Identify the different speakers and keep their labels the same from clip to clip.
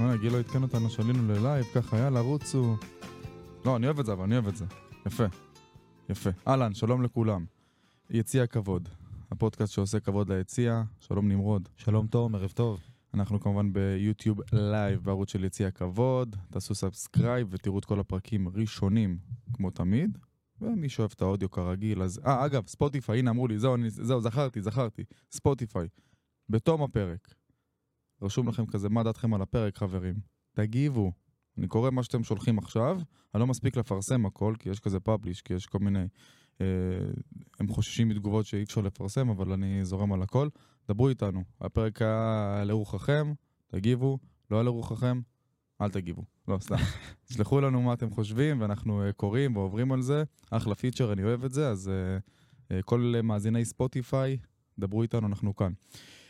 Speaker 1: אה, גיל לא עדכן אותנו שעלינו ללייב, ככה יאללה, רוצו. לא, אני אוהב את זה, אבל אני אוהב את זה. יפה. יפה. אהלן, שלום לכולם. יציע הכבוד. הפודקאסט שעושה כבוד ליציע, שלום נמרוד.
Speaker 2: שלום תום, ערב טוב.
Speaker 1: אנחנו כמובן ביוטיוב לייב בערוץ של יציע הכבוד. תעשו סאבסקרייב ותראו את כל הפרקים ראשונים, כמו תמיד. ומי שאוהב את האודיו כרגיל, אז... אה, אגב, ספוטיפיי, הנה אמרו לי, זהו, אני... זהו, זכרתי, זכרתי. ספוטיפיי. בתום הפרק. רשום לכם כזה, מה דעתכם על הפרק, חברים? תגיבו. אני קורא מה שאתם שולחים עכשיו, אני לא מספיק לפרסם הכל, כי יש כזה פאבליש, כי יש כל מיני... אה, הם חוששים מתגובות שאי אפשר לפרסם, אבל אני זורם על הכל. דברו איתנו. הפרק היה לרוחכם, תגיבו, לא היה לרוחכם, אל תגיבו. לא, סתם. תשלחו לנו מה אתם חושבים, ואנחנו אה, קוראים ועוברים על זה. אחלה פיצ'ר, אני אוהב את זה, אז אה, אה, כל אה, מאזיני ספוטיפיי, דברו איתנו, אנחנו כאן.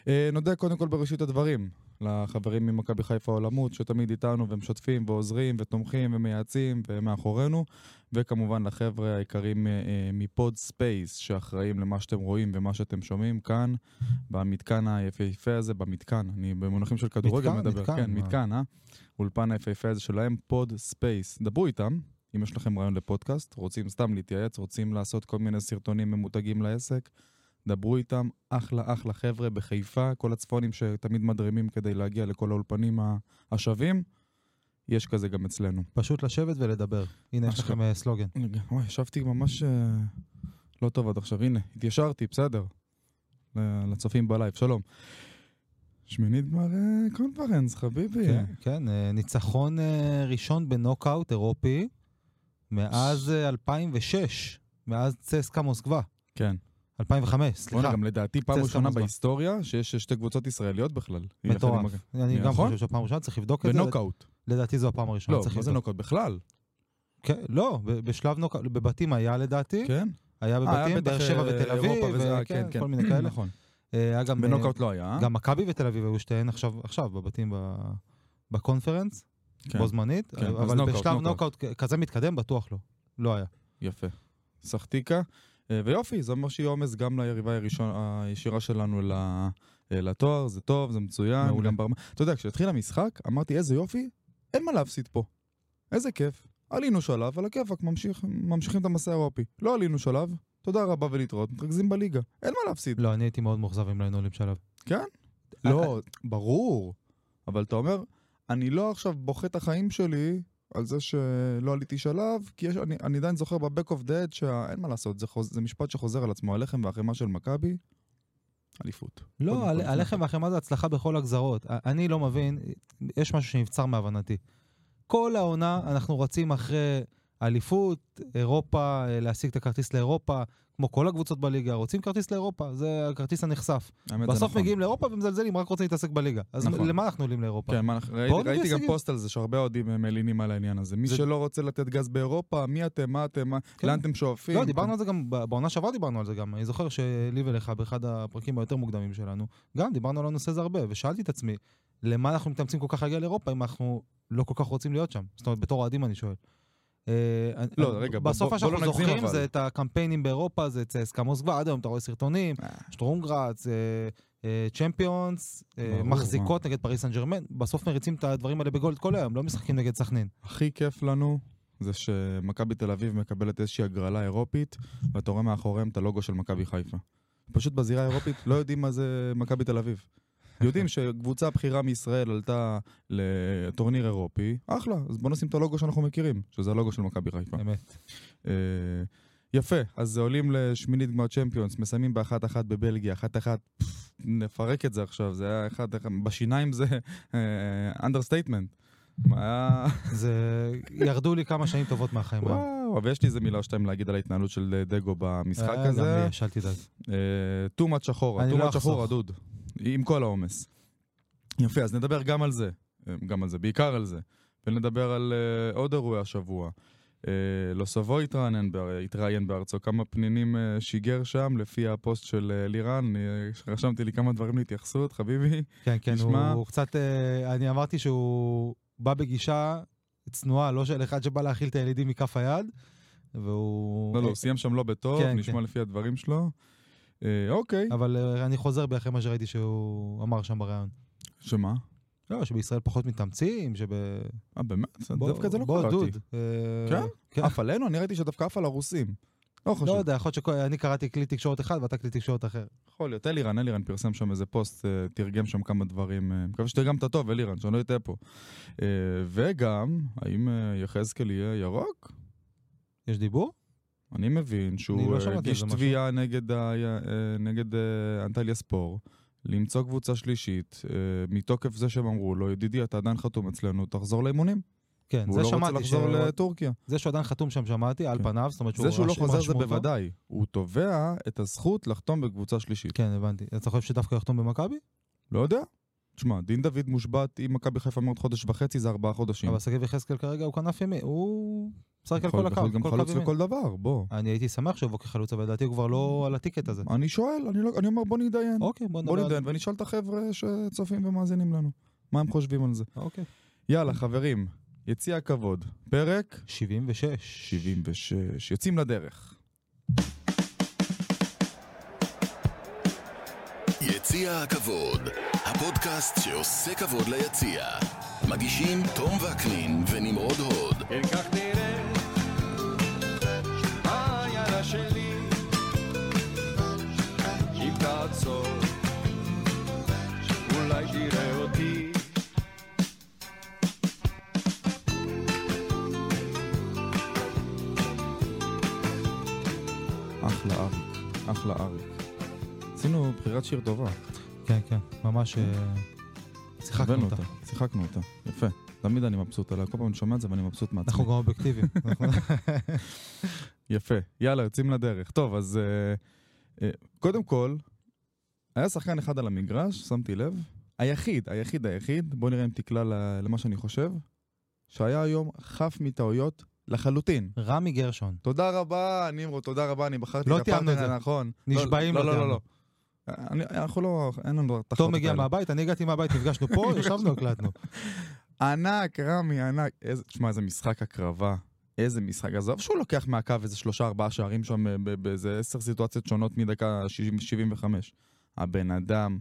Speaker 1: אה, נודה קודם כל בראשית הדברים לחברים ממכבי חיפה העולמות, שתמיד איתנו ומשתפים ועוזרים ותומכים ומייעצים ומאחורינו, וכמובן לחבר'ה היקרים אה, אה, מפוד ספייס, שאחראים למה שאתם רואים ומה שאתם שומעים כאן, במתקן היפהפה הזה, במתקן, אני במונחים של כדורגל
Speaker 2: מתקן,
Speaker 1: מדבר,
Speaker 2: מתקן,
Speaker 1: כן,
Speaker 2: מה?
Speaker 1: מתקן, אה? אולפן היפהפה הזה שלהם, פוד ספייס. דברו איתם, אם יש לכם רעיון לפודקאסט, רוצים סתם להתייעץ, רוצים לעשות כל מיני סרטונים ממותגים לעסק, דברו איתם, אחלה אחלה חבר'ה בחיפה, כל הצפונים שתמיד מדרימים כדי להגיע לכל האולפנים ה- השווים, יש כזה גם אצלנו.
Speaker 2: פשוט לשבת ולדבר. הנה, יש
Speaker 1: אשכרה.
Speaker 2: לכם אה, סלוגן.
Speaker 1: רגע, וואי, ישבתי ממש אה, לא טוב עד עכשיו, הנה, התיישרתי, בסדר. ל- לצופים בלייב, שלום. שמינית מלא קונפרנס, חביבי.
Speaker 2: כן, כן, אה, ניצחון אה, ראשון בנוקאוט אירופי מאז אה, 2006, מאז צסקה מוסקבה.
Speaker 1: כן.
Speaker 2: 2005,
Speaker 1: בואנה,
Speaker 2: סליחה.
Speaker 1: גם לדעתי פעם
Speaker 2: זה
Speaker 1: ראשונה
Speaker 2: סתם הזמן.
Speaker 1: בהיסטוריה שיש שתי קבוצות ישראליות בכלל. היא יחד עם
Speaker 2: מטורף.
Speaker 1: מכבי-
Speaker 2: אני גם
Speaker 1: נכון?
Speaker 2: חושב שפעם ראשונה צריך לבדוק את זה.
Speaker 1: בנוקאוט.
Speaker 2: לדעתי זו הפעם הראשונה.
Speaker 1: לא,
Speaker 2: צריך
Speaker 1: מה זה
Speaker 2: לבדוק.
Speaker 1: נוקאוט? בכלל,
Speaker 2: כן, לא, ב- בשלב נוקאוט, בבתים היה לדעתי.
Speaker 1: כן? אה,
Speaker 2: היה
Speaker 1: היה
Speaker 2: בבתים, באר
Speaker 1: בטח,
Speaker 2: שבע
Speaker 1: אה,
Speaker 2: ותל אביב,
Speaker 1: אירופה וזה,
Speaker 2: וכן,
Speaker 1: אה, כן, כן.
Speaker 2: כל מיני כאלה.
Speaker 1: נכון.
Speaker 2: אה, היה גם... אה,
Speaker 1: בנוקאוט לא היה.
Speaker 2: גם מכבי ותל אביב היו שתיהן עכשיו, עכשיו, בבתים ב- בקונפרנס,
Speaker 1: כן.
Speaker 2: בו זמנית,
Speaker 1: כן, אז
Speaker 2: אבל
Speaker 1: נוקאוט,
Speaker 2: בשלב
Speaker 1: נוקאוט.
Speaker 2: נוקאוט כ- כזה מתקדם בטוח לא, לא היה.
Speaker 1: יפה. סחטיקה. אה, ויופי, זה מה שיהיה עומס גם ליריבה הראשון- הישירה שלנו ל- אה, לתואר, זה טוב, זה מצוין.
Speaker 2: מעולה.
Speaker 1: גם ברמה- אתה יודע, כשהתחיל המשחק, אמרתי, איזה יופי, אין מה להפסיד פה. איזה כיף. עלינו שלב, על הכיפאק, ממשיך- ממשיכים את המסע האירופי. לא עלינו שלב, תודה רבה ולהתראות, מתרכזים בליגה. אין מה להפסיד.
Speaker 2: לא, אני הייתי מאוד מאוכזב אם לא היינו עולים שלב.
Speaker 1: כן? לא, ברור. אבל אתה אומר, אני לא עכשיו בוכה את החיים שלי על זה שלא עליתי שלב, כי יש, אני, אני עדיין זוכר בבק אוף דד שאין מה לעשות, זה, חוז, זה משפט שחוזר על עצמו, הלחם והחמאה של מכבי, אליפות. קודם
Speaker 2: לא,
Speaker 1: כל,
Speaker 2: על-
Speaker 1: לפני
Speaker 2: הלחם והחמאה זה הצלחה בכל הגזרות. א- אני לא מבין, יש משהו שנבצר מהבנתי. כל העונה אנחנו רצים אחרי אליפות, אירופה, אה, להשיג את הכרטיס לאירופה, כמו כל הקבוצות בליגה, רוצים כרטיס לאירופה, זה הכרטיס הנחשף.
Speaker 1: האמת, זה
Speaker 2: בסוף
Speaker 1: נכון.
Speaker 2: מגיעים לאירופה ומזלזלים, רק רוצים להתעסק בליגה. אז
Speaker 1: נכון.
Speaker 2: למה אנחנו עולים לאירופה?
Speaker 1: כן, מה, אנחנו- ראיתי,
Speaker 2: נביא
Speaker 1: ראיתי גם
Speaker 2: הישגים.
Speaker 1: פוסט על זה שהרבה אוהדים אה, מלינים על העניין הזה. מי
Speaker 2: זה-
Speaker 1: שלא רוצה לתת גז באירופה, מי אתם, מה אתם, מה-
Speaker 2: כן.
Speaker 1: לאן אתם שואפים?
Speaker 2: לא, דיברנו על זה גם, ב- בעונה שעברה דיברנו על זה גם. אני זוכר שלי ולך באחד הפרקים היותר מוקדמים שלנו, גם דיברנו על הנושא הזה הרבה, ושאלתי את עצמי, למה אנחנו מתאמצים כל כך להגיע לאירופה אם אנחנו לא כל כך רוצים להיות שם? זאת אומרת, בתור אוהדים אני שואל. אה, אני-
Speaker 1: לא,
Speaker 2: אני-
Speaker 1: רגע, בוא-
Speaker 2: בסוף
Speaker 1: בוא-
Speaker 2: מה שאנחנו
Speaker 1: בוא לא נגזים,
Speaker 2: זוכרים
Speaker 1: אבל.
Speaker 2: זה את הקמפיינים באירופה, זה צסקה מוסקבה, עד היום אתה רואה סרטונים,
Speaker 1: אה.
Speaker 2: שטרומגרץ, אה, אה, צ'מפיונס, אה,
Speaker 1: ברור,
Speaker 2: מחזיקות נגד פריס סן ג'רמן, בסוף מריצים את הדברים האלה בגולד כל היום, לא משחקים נגד סכנין.
Speaker 1: הכי כיף לנו זה שמכבי תל אביב מקבלת איזושהי הגרלה אירופית, ואתה רואה מאחוריהם את הלוגו של מכבי חיפה. פשוט בזירה האירופית לא יודעים מה זה מכבי תל אביב. יודעים שקבוצה בכירה מישראל עלתה לטורניר אירופי, אחלה, אז בוא נשים את הלוגו שאנחנו מכירים, שזה הלוגו של מכבי חיפה.
Speaker 2: אמת.
Speaker 1: אה, יפה, אז עולים לשמינית גמר צ'מפיונס, מסיימים באחת אחת בבלגיה, אחת אחת, פפפ, נפרק את זה עכשיו, זה היה אחת אחת, בשיניים זה אה, אנדרסטייטמנט. היה...
Speaker 2: זה... ירדו לי כמה שנים טובות מהחיים. האלה.
Speaker 1: וואו, אבל יש לי איזה מילה או שתיים להגיד על ההתנהלות של אה, דגו במשחק
Speaker 2: אה, גם
Speaker 1: הזה.
Speaker 2: לי יש, אל תדאג.
Speaker 1: אה, too much שחורה,
Speaker 2: אני
Speaker 1: too
Speaker 2: לא
Speaker 1: much שחורה,
Speaker 2: אחסוך.
Speaker 1: דוד. עם כל העומס. יפה, אז נדבר גם על זה. אה, גם על זה, בעיקר על זה. ונדבר על אה, עוד אירועי השבוע. אה, לוסבו התראיין, בה- התראיין בארצו, כמה פנינים אה, שיגר שם, לפי הפוסט של אה, לירן. אה, רשמתי לי כמה דברים להתייחסות, חביבי.
Speaker 2: כן, כן,
Speaker 1: נשמע-
Speaker 2: הוא, הוא קצת... אה, אני אמרתי שהוא בא בגישה צנועה, לא של אחד שבא להאכיל את הילידים מכף היד, והוא...
Speaker 1: לא, לא, הוא סיים שם לא בטוב,
Speaker 2: כן,
Speaker 1: נשמע
Speaker 2: כן.
Speaker 1: לפי הדברים שלו. אה, אוקיי.
Speaker 2: אבל אה, אני חוזר בי אחרי מה שראיתי שהוא אמר שם בריאיון.
Speaker 1: שמה?
Speaker 2: לא, שבישראל פחות מתאמצים, שב...
Speaker 1: אה, באמת?
Speaker 2: בוא-
Speaker 1: דווקא את זה לא
Speaker 2: בוא,
Speaker 1: קראתי.
Speaker 2: דוד. אה,
Speaker 1: כן?
Speaker 2: כן.
Speaker 1: עף עלינו? אני ראיתי שדווקא עף על הרוסים. לא
Speaker 2: לא
Speaker 1: חשוב.
Speaker 2: יודע, יכול להיות שאני קראתי כלי תקשורת אחד ואתה כלי תקשורת אחר.
Speaker 1: יכול להיות. אלירן, אלירן פרסם שם איזה פוסט, אה, תרגם שם כמה דברים. אה, מקווה שתרגמת טוב, אלירן, שאני לא אטעה פה. אה, וגם, האם אה, יחזקאל יהיה ירוק?
Speaker 2: יש דיבור?
Speaker 1: אני מבין
Speaker 2: אני
Speaker 1: שהוא
Speaker 2: לא
Speaker 1: אה,
Speaker 2: שמעתי על
Speaker 1: הגיש
Speaker 2: זה משהו.
Speaker 1: תביעה נגד, ה- אה, נגד אה, אנטליה ספור, למצוא קבוצה שלישית, אה, מתוקף זה שהם אמרו לו, ידידי, אתה עדיין חתום אצלנו, תחזור לאימונים.
Speaker 2: כן,
Speaker 1: והוא
Speaker 2: זה
Speaker 1: לא רוצה
Speaker 2: שמעתי.
Speaker 1: לחזור
Speaker 2: ש-
Speaker 1: לטורקיה.
Speaker 2: זה שהוא עדיין חתום שם שמעתי, על
Speaker 1: כן.
Speaker 2: פניו, זאת אומרת שהוא...
Speaker 1: זה שהוא לא
Speaker 2: רש-
Speaker 1: חוזר זה
Speaker 2: רשמו אותו.
Speaker 1: בוודאי. הוא תובע את הזכות לחתום בקבוצה שלישית.
Speaker 2: כן, הבנתי. אתה חושב שדווקא יחתום במכבי?
Speaker 1: לא יודע. תשמע, דין דוד מושבת עם מכבי חיפה מאוד חודש וחצי, זה ארבעה חודשים.
Speaker 2: אבל שגיב יחזקאל כרגע הוא כנף ימי, הוא משחק על
Speaker 1: יכול
Speaker 2: כל
Speaker 1: להיות
Speaker 2: הקו,
Speaker 1: גם
Speaker 2: כל
Speaker 1: חלוץ
Speaker 2: קו ימין.
Speaker 1: לכל דבר, בוא.
Speaker 2: אני הייתי שמח שהוא יבוא כחלוץ, אבל לדעתי הוא כבר לא על הטיקט הזה.
Speaker 1: אני שואל, אני לא- אני אומר בוא נתדיין.
Speaker 2: אוקיי, בוא
Speaker 1: בוא
Speaker 2: נדבר. על זה.
Speaker 1: נתדיין ונשאל את החבר'ה שצופים ומאזינים לנו. מה הם חושבים על זה?
Speaker 2: אוקיי.
Speaker 1: יאללה, חברים, יציע הכבוד. פרק
Speaker 2: 76.
Speaker 1: 76. יוצאים לדרך.
Speaker 3: יציע הכבוד, הפודקאסט שעושה כבוד ליציע. מגישים תום וקנין ונמרוד הוד.
Speaker 4: אל כך נראית העיירה שלי אם תעצור אולי תראה אותי
Speaker 1: אחלה אריק, אחלה אריק. עשינו בחירת שיר טובה.
Speaker 2: כן, כן, ממש... אה, שיחקנו
Speaker 1: הבאנו
Speaker 2: אותה.
Speaker 1: שיחקנו אותה. יפה. תמיד אני מבסוט עליה, כל פעם אני שומע את זה ואני מבסוט מעצמי.
Speaker 2: אנחנו גם אובייקטיביים. אנחנו-
Speaker 1: יפה, יאללה, יוצאים לדרך. טוב, אז uh, uh, קודם כל, היה שחקן אחד על המגרש, שמתי לב, היחיד, היחיד, היחיד, בוא נראה אם תקלע ל- למה שאני חושב, שהיה היום חף מטעויות לחלוטין.
Speaker 2: רמי גרשון.
Speaker 1: תודה רבה, נמרוד, תודה רבה, אני בחרתי
Speaker 2: לא
Speaker 1: את הפרטנר
Speaker 2: תיאמנו את זה.
Speaker 1: הנכון.
Speaker 2: נשבעים,
Speaker 1: לא,
Speaker 2: לא
Speaker 1: לא, לא, לא.
Speaker 2: תיאמנו.
Speaker 1: אני, אנחנו לא, אין לנו את
Speaker 2: תום
Speaker 1: החלטות
Speaker 2: הגיע
Speaker 1: האלה.
Speaker 2: מהבית, אני הגעתי מהבית, נפגשנו פה, ישבנו, הקלטנו.
Speaker 1: ענק, רמי, ענק. איזה, תשמע, איזה משחק הקרבה. איזה משחק. עזוב שהוא לוקח מהקו איזה שלושה, ארבעה שערים שם אה, ב- באיזה עשר סיטואציות שונות מדקה שישים- 75. הבן אדם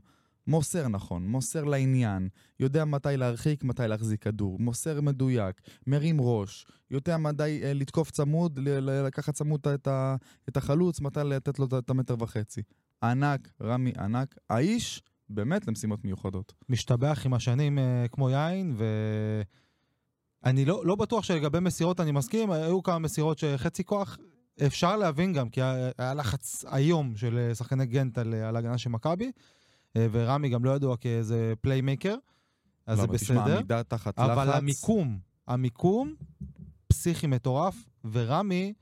Speaker 1: מוסר נכון, מוסר לעניין, יודע מתי להרחיק, מתי להחזיק כדור, מוסר מדויק, מרים ראש, יודע מתי אה, לתקוף צמוד, ל- ל- לקחת צמוד את ה- את, ה- את החלוץ, מתי לתת לו את ה- את המטר וחצי. ענק, רמי ענק. האיש, באמת למשימות מיוחדות.
Speaker 2: משתבח עם השנים אה, כמו יין, ו... אני לא, לא בטוח שלגבי מסירות אני מסכים, היו כמה מסירות שחצי כוח, אפשר להבין גם, כי היה, היה לחץ איום של אה, שחקני גנט על, אה, על ההגנה של מכבי, אה, ורמי גם לא ידוע כאיזה פליימייקר, אז זה
Speaker 1: למה? תשמע,
Speaker 2: בסדר,
Speaker 1: עמידה תחת לחץ.
Speaker 2: אבל המיקום, המיקום פסיכי מטורף, ורמי,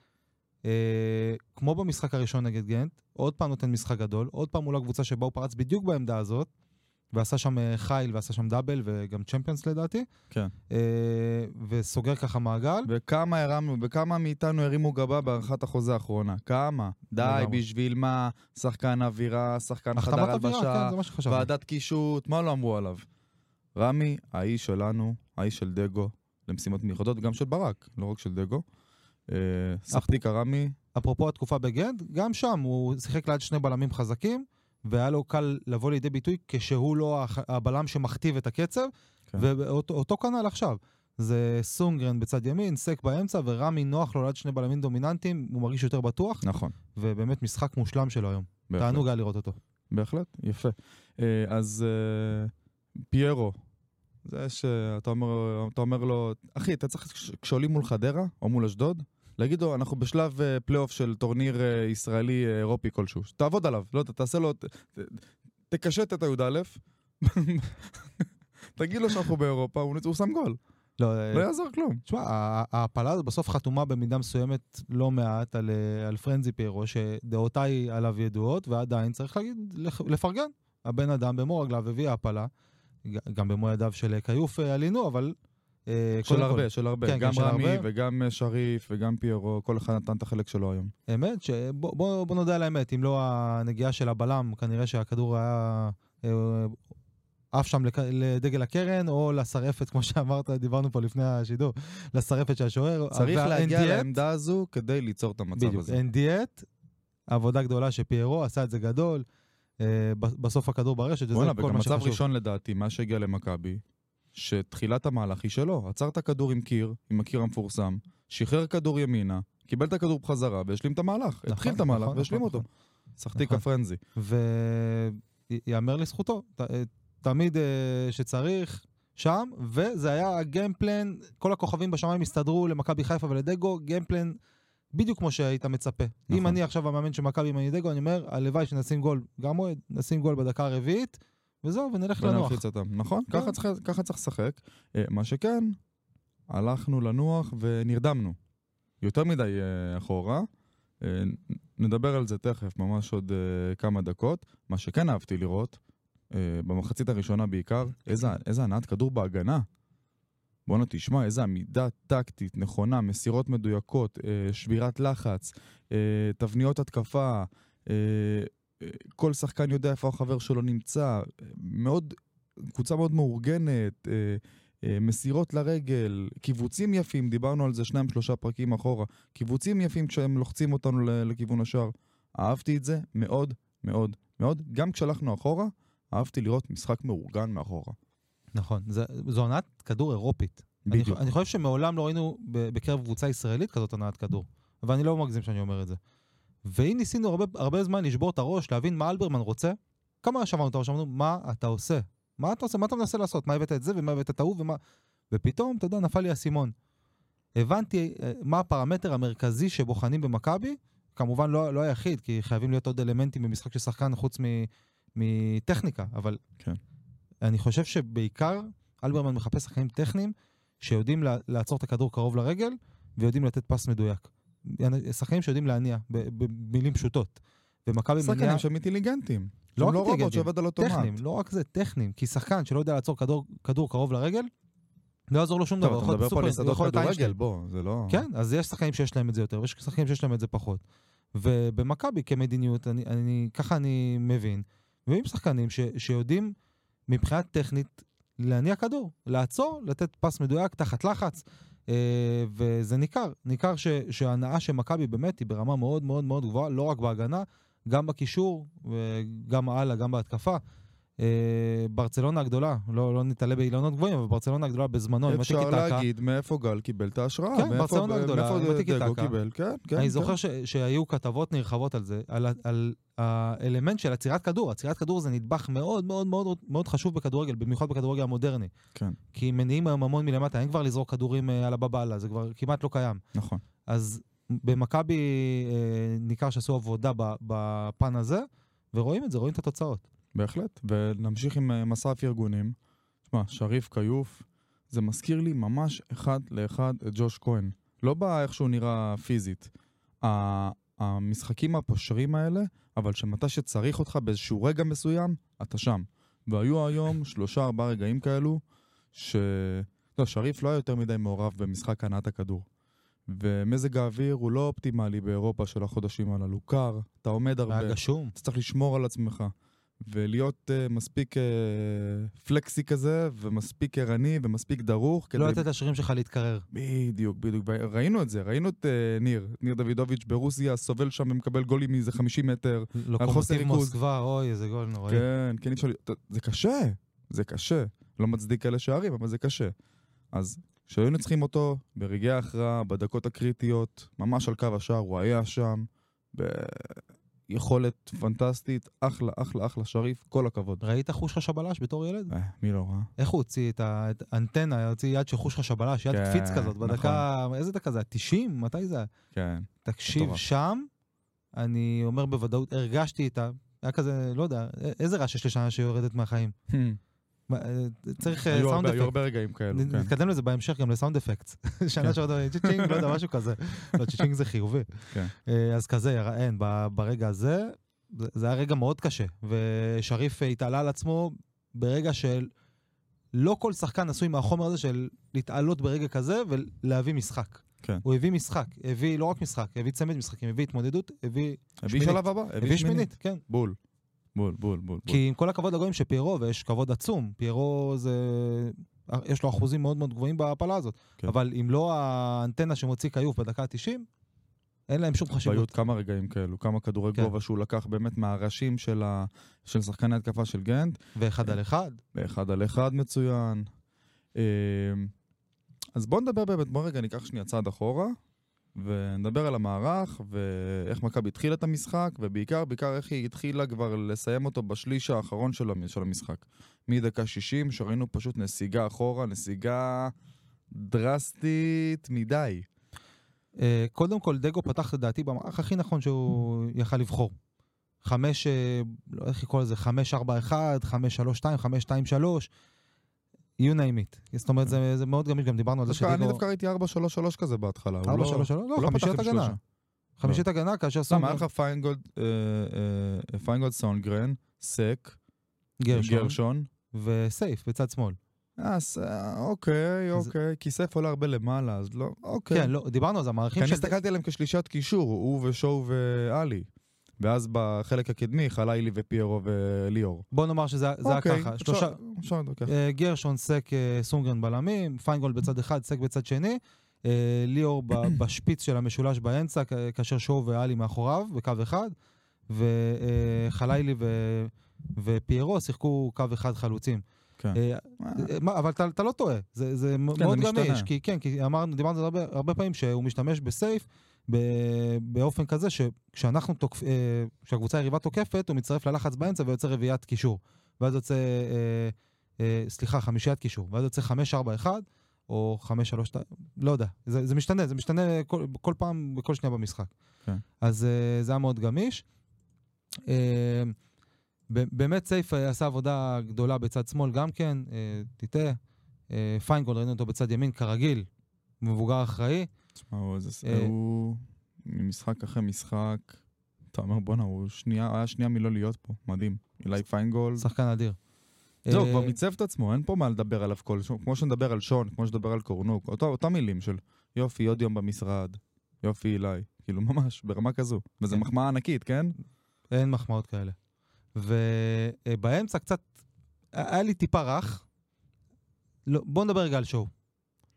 Speaker 2: אה, כמו במשחק הראשון נגד גנט, עוד פעם נותן משחק גדול, עוד פעם מול הקבוצה שבה הוא פרץ בדיוק בעמדה הזאת, ועשה שם אה, חיל ועשה שם דאבל וגם צ'מפיונס לדעתי.
Speaker 1: כן.
Speaker 2: אה, וסוגר ככה מעגל.
Speaker 1: וכמה הרמנו, וכמה מאיתנו הרימו גבה בהארכת החוזה האחרונה? כמה? די,
Speaker 2: לגמרי.
Speaker 1: בשביל מה? שחקן אווירה, שחקן
Speaker 2: החתמת
Speaker 1: חדר
Speaker 2: אווירה, כן,
Speaker 1: הלבשה,
Speaker 2: זה מה שחשבנו.
Speaker 1: ועדת קישוט, מה לא אמרו עליו? רמי, האיש שלנו, האיש של דגו, למשימות מיוחדות, גם של ברק, לא רק של דגו. אה, סחטיקה רמי,
Speaker 2: אפרופו התקופה בגנט, גם שם הוא שיחק ליד שני בלמים חזקים, והיה לו קל לבוא לידי ביטוי כשהוא לא הח- הבלם שמכתיב את הקצב,
Speaker 1: כן.
Speaker 2: ואותו אותו כנ"ל עכשיו. זה סונגרן בצד ימין, סק באמצע, ורמי נוח לו ליד שני בלמים דומיננטיים, הוא מרגיש יותר בטוח,
Speaker 1: נכון.
Speaker 2: ובאמת משחק מושלם שלו היום.
Speaker 1: בהחלט.
Speaker 2: תענוג היה לראות אותו.
Speaker 1: בהחלט, יפה. אה, אז אה, פיירו, זה שאתה אומר, אתה אומר לו, אחי, אתה צריך, כש- כשעולים מול חדרה או מול אשדוד, להגיד לו, אנחנו בשלב אה, פלייאוף של טורניר אה, ישראלי אה, אירופי כלשהו. תעבוד עליו, לא, ת- תעשה לו, ת- ת- תקשט את הי"א, תגיד לו שאנחנו באירופה, הוא הוא שם גול,
Speaker 2: לא, אה,
Speaker 1: לא יעזור כלום.
Speaker 2: תשמע, ה- ההעפלה הזאת בסוף חתומה במידה מסוימת לא מעט על, אה, על פרנזי פיירו, שדעותיי עליו ידועות, ועדיין צריך להגיד, לח- לפרגן. הבן אדם במו רגליו הביא העפלה, ג- גם במו ידיו של אה, כיוף אה, עלינו, אבל... אה,
Speaker 1: של
Speaker 2: קודם
Speaker 1: הרבה, של
Speaker 2: כן,
Speaker 1: הרבה.
Speaker 2: כן,
Speaker 1: גם
Speaker 2: של
Speaker 1: רמי
Speaker 2: הרבה.
Speaker 1: וגם אה, שריף וגם פיירו, כל אחד נתן את החלק שלו היום.
Speaker 2: כל, אמת, שבוא בוא, בוא נודה על האמת, אם לא הנגיעה של הבלם, כנראה שהכדור היה אה, עף שם לק- לדגל הקרן, או לשרעפת, כמו שאמרת, דיברנו פה לפני השידור, לשרעפת של השוער.
Speaker 1: צריך
Speaker 2: אה, וה-
Speaker 1: להגיע
Speaker 2: NDF,
Speaker 1: לעמדה הזו כדי ליצור את המצב
Speaker 2: בדיוק,
Speaker 1: הזה.
Speaker 2: אין דיאט, עבודה גדולה שפיירו עשה את זה גדול, אה, ב- בסוף הכדור ברשת, וזה
Speaker 1: וואלה,
Speaker 2: כל
Speaker 1: וגם
Speaker 2: מה
Speaker 1: מצב
Speaker 2: שחשוב.
Speaker 1: ראשון לדעתי, מה שהגיע למכבי, שתחילת המהלך היא שלו. עצר את הכדור עם קיר, עם הקיר המפורסם, שחרר כדור ימינה, קיבל את הכדור בחזרה והשלים את המהלך.
Speaker 2: נכון,
Speaker 1: התחיל את המהלך
Speaker 2: נכון,
Speaker 1: והשלים
Speaker 2: נכון,
Speaker 1: אותו. סחטיק
Speaker 2: נכון.
Speaker 1: הפרנזי.
Speaker 2: ויאמר לזכותו, ת- אה, תמיד אה, שצריך, שם, וזה היה הגיימפלן, כל הכוכבים בשמיים הסתדרו למכבי חיפה ולדגו, גיימפלן בדיוק כמו שהיית מצפה.
Speaker 1: נכון.
Speaker 2: אם אני עכשיו המאמן של מכבי אם אני דגו, אני אומר, הלוואי שנשים גול, גם מועד, נשים גול בדקה הרביעית, וזהו, ונלך לנוח.
Speaker 1: ולהלחיץ אותם, נכון?
Speaker 2: כן.
Speaker 1: ככה צריך- ככה צריך לשחק. אה, מה שכן, הלכנו לנוח ונרדמנו. יותר מדי אה, אחורה. אה, נ- נדבר על זה תכף, ממש עוד אה, כמה דקות. מה שכן אהבתי לראות, אה, במחצית הראשונה בעיקר, איזה איזה הנעת כדור בהגנה. בואנה, תשמע, איזה עמידה טקטית נכונה, מסירות מדויקות, אה, שבירת לחץ, אה, תבניות התקפה, אה, אה, כל שחקן יודע איפה החבר שלו נמצא, אה, מאוד, קבוצה מאוד מאורגנת, אה, אה, מסירות לרגל, קיבוצים יפים, דיברנו על זה שניים שלושה פרקים אחורה, קיבוצים יפים כשהם לוחצים אותנו ל- לכיוון השער. אהבתי את זה מאוד מאוד מאוד, גם כשהלכנו אחורה, אהבתי לראות משחק מאורגן מאחורה.
Speaker 2: נכון, זה- זו הונאת כדור אירופית. אני
Speaker 1: בדיוק.
Speaker 2: חו- אני חושב שמעולם לא ראינו ב- בקרב קבוצה ישראלית כזאת הנעת כדור, ואני לא מגזים שאני אומר את זה. ואם ניסינו הרבה, הרבה זמן לשבור את הראש, להבין מה אלברמן רוצה, כמה שמענו אותו, שמענו, מה אתה עושה? מה אתה עושה? מה אתה מנסה לעשות? מה הבאת את זה ומה הבאת את ההוא ומה... ופתאום, אתה יודע, נפל לי האסימון. הבנתי אה, מה הפרמטר המרכזי שבוחנים במכבי, כמובן לא, לא היחיד, כי חייבים להיות עוד אלמנטים במשחק של שחקן חוץ מ, מטכניקה, אבל...
Speaker 1: כן.
Speaker 2: אני חושב שבעיקר אלברמן מחפש שחקנים טכניים שיודעים לע- לעצור את הכדור קרוב לרגל ויודעים לתת פס מדויק. שחקנים שיודעים להניע, ב- במילים פשוטות. ומכבי מניעה...
Speaker 1: שחקנים שהם אינטליגנטים.
Speaker 2: לא
Speaker 1: לא
Speaker 2: רק
Speaker 1: לא רובוט
Speaker 2: אינטליגנטים,
Speaker 1: שעובד על אוטומט.
Speaker 2: טכניים, לא רק זה, טכניים. כי שחקן שלא יודע לעצור כדור, כדור קרוב לרגל, לא יעזור לו שום דבר.
Speaker 1: טוב,
Speaker 2: הוא
Speaker 1: אתה
Speaker 2: יכול
Speaker 1: מדבר
Speaker 2: להיות
Speaker 1: פה על
Speaker 2: סופר- הוא
Speaker 1: יסודות
Speaker 2: יכול להיות איינשטיין.
Speaker 1: כדורגל, בוא, זה לא...
Speaker 2: כן, אז יש שחקנים שיש להם את זה יותר, ויש שחקנים שיש להם את זה פחות. ובמכבי כמדיניות, אני, אני, ככה אני מבין, ועם שחקנים ש, שיודעים מבחינה טכנית להניע כדור, לעצור, לתת פס מדויק תחת לחץ, אה, וזה ניכר, ניכר ש, שההנאה של מכבי באמת היא ברמה מאוד מאוד מאוד גבוהה, לא רק בהגנה, גם בקישור, וגם הלאה, גם בהתקפה. אה, ברצלונה הגדולה, לא, לא נתעלה באילנות גבוהים, אבל ברצלונה הגדולה בזמנו, עם
Speaker 1: אפשר
Speaker 2: הטיקי-טקה,
Speaker 1: להגיד מאיפה גל קיבל את ההשראה.
Speaker 2: כן,
Speaker 1: מאיפה-
Speaker 2: ברצלונה הגדולה, עם
Speaker 1: מאיפה דגו
Speaker 2: הטיקי-טקה.
Speaker 1: קיבל, כן, כן.
Speaker 2: אני
Speaker 1: כן.
Speaker 2: זוכר ש, שהיו כתבות נרחבות על זה, על, ה- על האלמנט של עצירת כדור. עצירת כדור זה נדבך מאוד מאוד מאוד מאוד חשוב בכדורגל, במיוחד בכדורגל המודרני.
Speaker 1: כן.
Speaker 2: כי מניעים היום המון מלמטה, אין כבר לזרוק כדורים אה, על הבבא אללה, זה כבר כמעט לא קיים.
Speaker 1: נכון.
Speaker 2: אז במכבי אה, ניכר שעשו עבודה ב- בפן הזה, ורואים את זה, רואים את התוצאות.
Speaker 1: בהחלט, ונמשיך עם אה, מסע הפרגונים. תשמע, שריף כיוף, זה מזכיר לי ממש אחד לאחד את ג'וש כהן. לא בא איך שהוא נראה פיזית. ה- המשחקים הפושרים האלה, אבל שמתי שצריך אותך באיזשהו רגע מסוים, אתה שם. והיו היום שלושה ארבעה רגעים כאלו, ש... לא, שריף לא היה יותר מדי מעורב במשחק הנעת הכדור. ומזג האוויר הוא לא אופטימלי באירופה של החודשים הללו. קר, אתה עומד הרבה.
Speaker 2: היה גשום.
Speaker 1: אתה צריך לשמור על עצמך. ולהיות uh, מספיק uh, פלקסי כזה, ומספיק ערני, ומספיק דרוך.
Speaker 2: לא לתת לשרירים שלך להתקרר.
Speaker 1: בדיוק, בדיוק. ראינו את זה, ראינו את uh, ניר, ניר דוידוביץ' ברוסיה, סובל שם ומקבל גולים מאיזה 50 מטר. חוסר
Speaker 2: לוקומטיב
Speaker 1: ריכוז.
Speaker 2: מוסקבה, אוי, איזה גול נוראי.
Speaker 1: כן, כן, אי אפשר... ל- זה קשה, זה קשה. לא מצדיק כאלה שערים, אבל זה קשה. אז כשהיינו צריכים אותו, ברגעי ההכרעה, בדקות הקריטיות, ממש על קו השער, הוא היה שם, ביכולת פנטסטית, אחלה, אחלה, אחלה שריף, כל הכבוד.
Speaker 2: ראית חוש חש הבלש בתור ילד?
Speaker 1: אה, מי לא ראה?
Speaker 2: איך הוא הוציא את האנטנה, הוציא יד של חוש חשבלש, יד
Speaker 1: כן,
Speaker 2: קפיץ כזאת, בדקה, איזה דקה זה? היה? 90? מתי זה? היה?
Speaker 1: כן.
Speaker 2: תקשיב,
Speaker 1: מטורף.
Speaker 2: שם, אני אומר בוודאות, הרגשתי איתה, היה כזה, לא יודע, א- איזה רעש יש לשנה שיורדת מהחיים? מה, אה, צריך אה,
Speaker 1: Hmm. היו
Speaker 2: סאונד
Speaker 1: הרבה- היו
Speaker 2: אפקט.
Speaker 1: הרבה רגעים כאלו,
Speaker 2: נ-
Speaker 1: כן.
Speaker 2: נתקדם לזה בהמשך גם לסאונד אפקט. שנה שעוד צ'יצ'ינג, לא יודע, משהו כזה. לא, צ'יצ'ינג זה חיובי.
Speaker 1: כן.
Speaker 2: אה, אז כזה, ר- אין, ב- ברגע הזה, זה- זה היה רגע מאוד קשה. ושריף אה, התעלה על עצמו ברגע של... לא כל שחקן עשוי מהחומר הזה של להתעלות ברגע כזה ולהביא משחק.
Speaker 1: כן.
Speaker 2: הוא הביא משחק, הביא לא רק משחק, הביא צמד משחקים, הביא התמודדות, הביא,
Speaker 1: הביא
Speaker 2: שמינית.
Speaker 1: שלב הבא,
Speaker 2: הביא שמינית, כן.
Speaker 1: בול. בול, בול, בול. בול.
Speaker 2: כי עם כל הכבוד לגויים שפיירו, ויש כבוד עצום, פיירו זה... יש לו אחוזים מאוד מאוד גבוהים בהעפלה הזאת.
Speaker 1: כן.
Speaker 2: אבל אם לא האנטנה שמוציא כיוף בדקה ה-90, אין להם שום
Speaker 1: והיו
Speaker 2: חשיבות.
Speaker 1: עוד כמה רגעים כאלו, כמה כדורי
Speaker 2: כן.
Speaker 1: גובה שהוא לקח באמת מהראשים של ה- של שחקני התקפה של גנט,
Speaker 2: ואחד על אחד.
Speaker 1: באחד על אחד מצוין. אה, אז בואו נדבר באמת, בואו רגע ניקח שנייה צעד אחורה, ונדבר על המערך, ואיך מכבי התחילה את המשחק, ובעיקר, בעיקר איך היא התחילה כבר לסיים אותו בשליש האחרון של המ- של המשחק. מדקה 60, שראינו פשוט נסיגה אחורה, נסיגה דרסטית מדי.
Speaker 2: אה, קודם כל, דגו פתח לדעתי במערך הכי נכון שהוא יכל לבחור. חמש, אה, לא איך לקרוא לזה, חמש, ארבע, אחד, חמש, שלוש, שתיים, חמש, שתיים, שלוש. you name it. זאת אומרת, זה, זה מאוד גמיש, גם דיברנו על זה
Speaker 1: כן. דווקא- אני
Speaker 2: שדגו...
Speaker 1: דווקא ראיתי 4-3-3 כזה בהתחלה. הוא
Speaker 2: ארבע,
Speaker 1: לא-
Speaker 2: שלוש, שלוש,
Speaker 1: הוא
Speaker 2: לא,
Speaker 1: לא פתח
Speaker 2: חמישיית
Speaker 1: עם
Speaker 2: הגנה.
Speaker 1: שלושה. לא.
Speaker 2: חמישיית הגנה, כאשר
Speaker 1: סתם,
Speaker 2: סונגרן-
Speaker 1: היה לך פיינגולד, אה, אה, פיינגולד סונגרן, סק,
Speaker 2: גרשון,
Speaker 1: גרשון.
Speaker 2: וסייף בצד שמאל.
Speaker 1: אה, ס- אה, אוקיי,
Speaker 2: אז-
Speaker 1: אוקיי. כי סייף עולה הרבה למעלה, אז לא... אוקיי.
Speaker 2: כן, לא, דיברנו על זה,
Speaker 1: כי
Speaker 2: המערכים
Speaker 1: אני
Speaker 2: של...
Speaker 1: הסתכלתי עליהם כשלישת קישור, הוא ושואו ועלי. ואז בחלק הקדמי, חלילי ופיירו וליאור.
Speaker 2: בוא נאמר שזה זה היה
Speaker 1: אוקיי,
Speaker 2: ככה,
Speaker 1: אפשר-
Speaker 2: שלושה...
Speaker 1: אפשר להתווכח.
Speaker 2: אה, גרשון, סק, אה, סונגרן בלמים, פיינגולד בצד אחד, סק בצד שני, אה, ליאור ב- בשפיץ של המשולש באמצע, כ- אה, כאשר שואו ואלי מאחוריו, בקו אחד, וחלילי ו... ופיירו שיחקו קו אחד חלוצים.
Speaker 1: כן.
Speaker 2: אה, אה, מה, אבל אתה, אתה לא טועה, זה, זה מ-
Speaker 1: זה
Speaker 2: מאוד
Speaker 1: משתנה.
Speaker 2: גמיש, כי כן, כי אמרנו, דיברנו על זה הרבה, הרבה פעמים, שהוא משתמש בסייף ב, באופן כזה שכשאנחנו תוקפ... אה, כשהקבוצה היריבה תוקפת, הוא מצטרף ללחץ באמצע ויוצר רביעיית קישור. ואז יוצא, אה, אה, סליחה, חמישיית קישור, ואז יוצא 5-4-1 או 5-3-2, לא יודע, זה, זה משתנה, זה משתנה כל, כל פעם, בכל שנייה במשחק.
Speaker 1: כן.
Speaker 2: אז אה, זה היה מאוד גמיש. אה, ב- באמת סייף אה, עשה עבודה גדולה בצד שמאל גם כן, אה, תטעה. אה, פיינגולד, ראינו אותו בצד ימין, כרגיל, מבוגר אחראי.
Speaker 1: תשמע, הוא איזה-
Speaker 2: אה,
Speaker 1: הוא ממשחק אחרי משחק, אתה אומר, בואנה, הוא שנייה, היה שנייה מלא להיות פה, מדהים. אילי פיינגולד.
Speaker 2: שחקן אדיר.
Speaker 1: זהו,
Speaker 2: אה,
Speaker 1: לא, כבר מיצב את עצמו, אין פה מה לדבר עליו כל שום. כמו שנדבר על שון, כמו שנדבר על קורנוק, אותו- אותם מילים של יופי, עוד יום במשרד, יופי אילי. כאילו, ממש, ברמה כזו. וזו
Speaker 2: כן.
Speaker 1: מחמאה ענקית, כן?
Speaker 2: אין מחמאות כאלה. ובאמצע קצת, היה לי טיפה רך. לא, בוא נדבר רגע על שואו.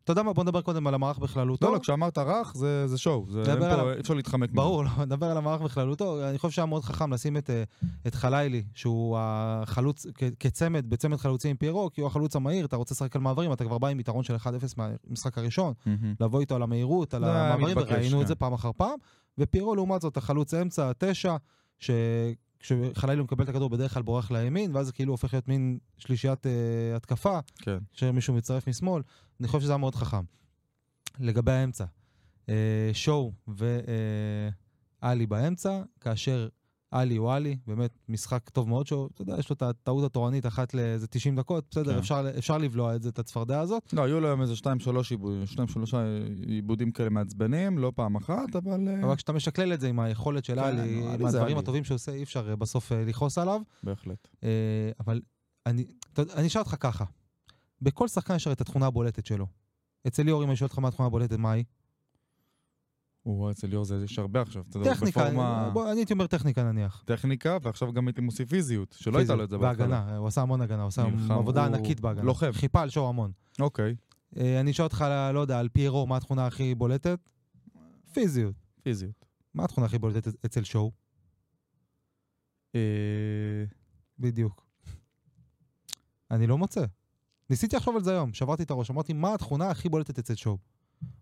Speaker 2: אתה יודע מה? בוא נדבר קודם על המערך בכללותו.
Speaker 1: לא, לא, כשאמרת רך, זה זה שואו. זה- אין
Speaker 2: דבר
Speaker 1: פה-
Speaker 2: עליו.
Speaker 1: אי אפשר להתחמק מזה.
Speaker 2: ברור, לא, נדבר על המערך בכללותו. אני חושב שהיה מאוד חכם לשים את, אה, את חלילי, שהוא החלוץ, כ- כצמד, בצמד חלוצי עם פיירו, כי הוא החלוץ המהיר, אתה רוצה לשחק על מעברים, אתה כבר בא עם יתרון של 1-0 מהמשחק הראשון.
Speaker 1: מהמם.
Speaker 2: לבוא איתו על המהירות, על
Speaker 1: זה היה
Speaker 2: המעברים,
Speaker 1: מתבקש,
Speaker 2: וראינו
Speaker 1: כן.
Speaker 2: את זה פעם אחר פעם. ופיירו לעומת זאת, החלוץ אמצע, התשע, שכשחלילי מקבל את הכדור בדרך כלל בורח לימין, ואז זה כאילו הופך להיות מין שלישיית אה, התקפה,
Speaker 1: כן.
Speaker 2: כשמישהו מצטרף משמאל. אני חושב שזה היה מאוד חכם. לגבי האמצע, אה, שואו ואלי באמצע, כאשר עלי הוא עלי, באמת משחק טוב מאוד, שהוא, אתה יודע, יש לו את הטעות התורנית אחת לאיזה 90 דקות, בסדר,
Speaker 1: כן.
Speaker 2: אפשר, אפשר לבלוע את זה, את הצפרדע הזאת.
Speaker 1: לא, היו לו היום איזה שתיים, שלוש עיבודים, שניים, שלושה עיבודים כאלה מעצבנים, לא פעם אחת, אבל... אה,
Speaker 2: אבל כשאתה משקלל את זה עם היכולת של
Speaker 1: כן,
Speaker 2: עלי,
Speaker 1: נו, עלי
Speaker 2: עם
Speaker 1: זה
Speaker 2: הדברים
Speaker 1: עלי.
Speaker 2: הטובים שהוא עושה, אי אפשר אה, בסוף אה, לכעוס עליו.
Speaker 1: בהחלט.
Speaker 2: אה, אבל אני אתה יודע, אני אשאל אותך ככה, בכל שחקן יש הרי את התכונה הבולטת שלו. אצל ליאור, אם אני שואל אותך מה התכונה הבולטת, מה היא?
Speaker 1: הוא אצל ליאור זה יש הרבה עכשיו, אתה יודע, הוא
Speaker 2: טכניקה,
Speaker 1: לא,
Speaker 2: אה,
Speaker 1: בפורמה...
Speaker 2: בוא, אני הייתי אומר טכניקה נניח.
Speaker 1: טכניקה, ועכשיו גם הייתי מוסיף פיזיות, שלא לא הייתה לו את זה בהתחלה.
Speaker 2: בהגנה, אה, הוא עשה המון הגנה, הוא עשה
Speaker 1: נלחם,
Speaker 2: עבודה
Speaker 1: הוא
Speaker 2: ענקית בהגנה.
Speaker 1: לוחם.
Speaker 2: חיפה על שור המון.
Speaker 1: אוקיי,
Speaker 2: אה, אני אשאל אותך, לא יודע, על פיירו, מה התכונה הכי בולטת? פיזיות.
Speaker 1: פיזיות.
Speaker 2: מה התכונה הכי בולטת אצל שואו?
Speaker 1: אה,
Speaker 2: בדיוק. אני לא מוצא. ניסיתי לחשוב על זה היום, שברתי את הראש, אמרתי, מה התכונה הכי בולטת אצל שואו?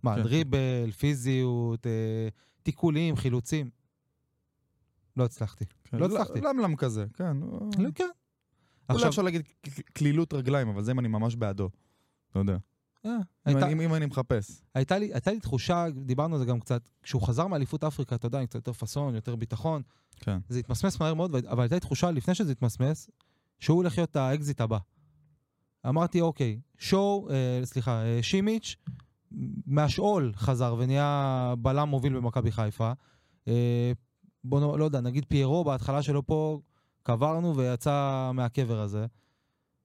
Speaker 2: מה,
Speaker 1: כן.
Speaker 2: דריבל, פיזיות, אה, תיקולים, חילוצים? לא הצלחתי.
Speaker 1: כן,
Speaker 2: לא הצלחתי.
Speaker 1: למלם כזה, כן. הוא-
Speaker 2: לא, כן.
Speaker 1: אולי
Speaker 2: עכשיו,
Speaker 1: אפשר להגיד ק- קלילות רגליים, אבל זה אם אני ממש בעדו. לא יודע.
Speaker 2: אה,
Speaker 1: אם
Speaker 2: הייתה-
Speaker 1: אני- אם אני מחפש.
Speaker 2: הייתה לי- הייתה לי תחושה, דיברנו על זה גם קצת, כשהוא חזר מאליפות אפריקה, אתה יודע, עם קצת יותר פאסון, יותר ביטחון,
Speaker 1: כן.
Speaker 2: זה התמסמס מהר מאוד, אבל הייתה לי תחושה לפני שזה התמסמס, שהוא הולך להיות האקזיט הבא. אמרתי, אוקיי, שואו, אה, סליחה, אה, שימיץ', מהשאול חזר ונהיה בלם מוביל במכבי חיפה. אה, בוא נאמר, לא יודע, נגיד פיירו בהתחלה שלו פה, קברנו ויצא מהקבר הזה.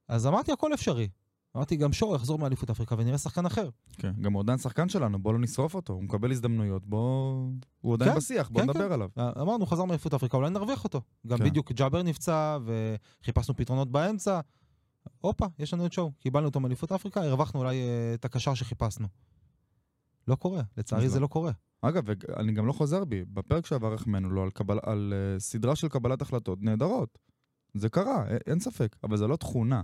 Speaker 2: אז אמרתי, הכל אפשרי. אמרתי, גם שואו יחזור מאליפות אפריקה ונראה שחקן אחר.
Speaker 1: כן, גם הוא עדיין שחקן שלנו, בוא לא נשרוף אותו, הוא מקבל הזדמנויות, בוא... הוא עדיין
Speaker 2: כן,
Speaker 1: בשיח, בוא
Speaker 2: כן,
Speaker 1: נדבר עליו.
Speaker 2: אמרנו, חזר מאליפות אפריקה, אולי נרוויח אותו. גם
Speaker 1: כן.
Speaker 2: בדיוק ג'אבר נפצע, וחיפשנו פתרונות באמצע. הופה, יש לנו את שואו. קיבלנו אותו מאליפות אפריקה, הרווחנו אולי אה, את הקשר שחיפשנו. לא קורה, לצערי
Speaker 1: אז
Speaker 2: זה
Speaker 1: לא.
Speaker 2: לא קורה.
Speaker 1: אגב, וג- אני גם לא חוזר בי, בפרק שעבר החמאנו לו על, קבל, על אה, uh, סדרה של קבלת החלטות נהדרות. זה קרה, א- אין ספק, אבל זה לא תכונה.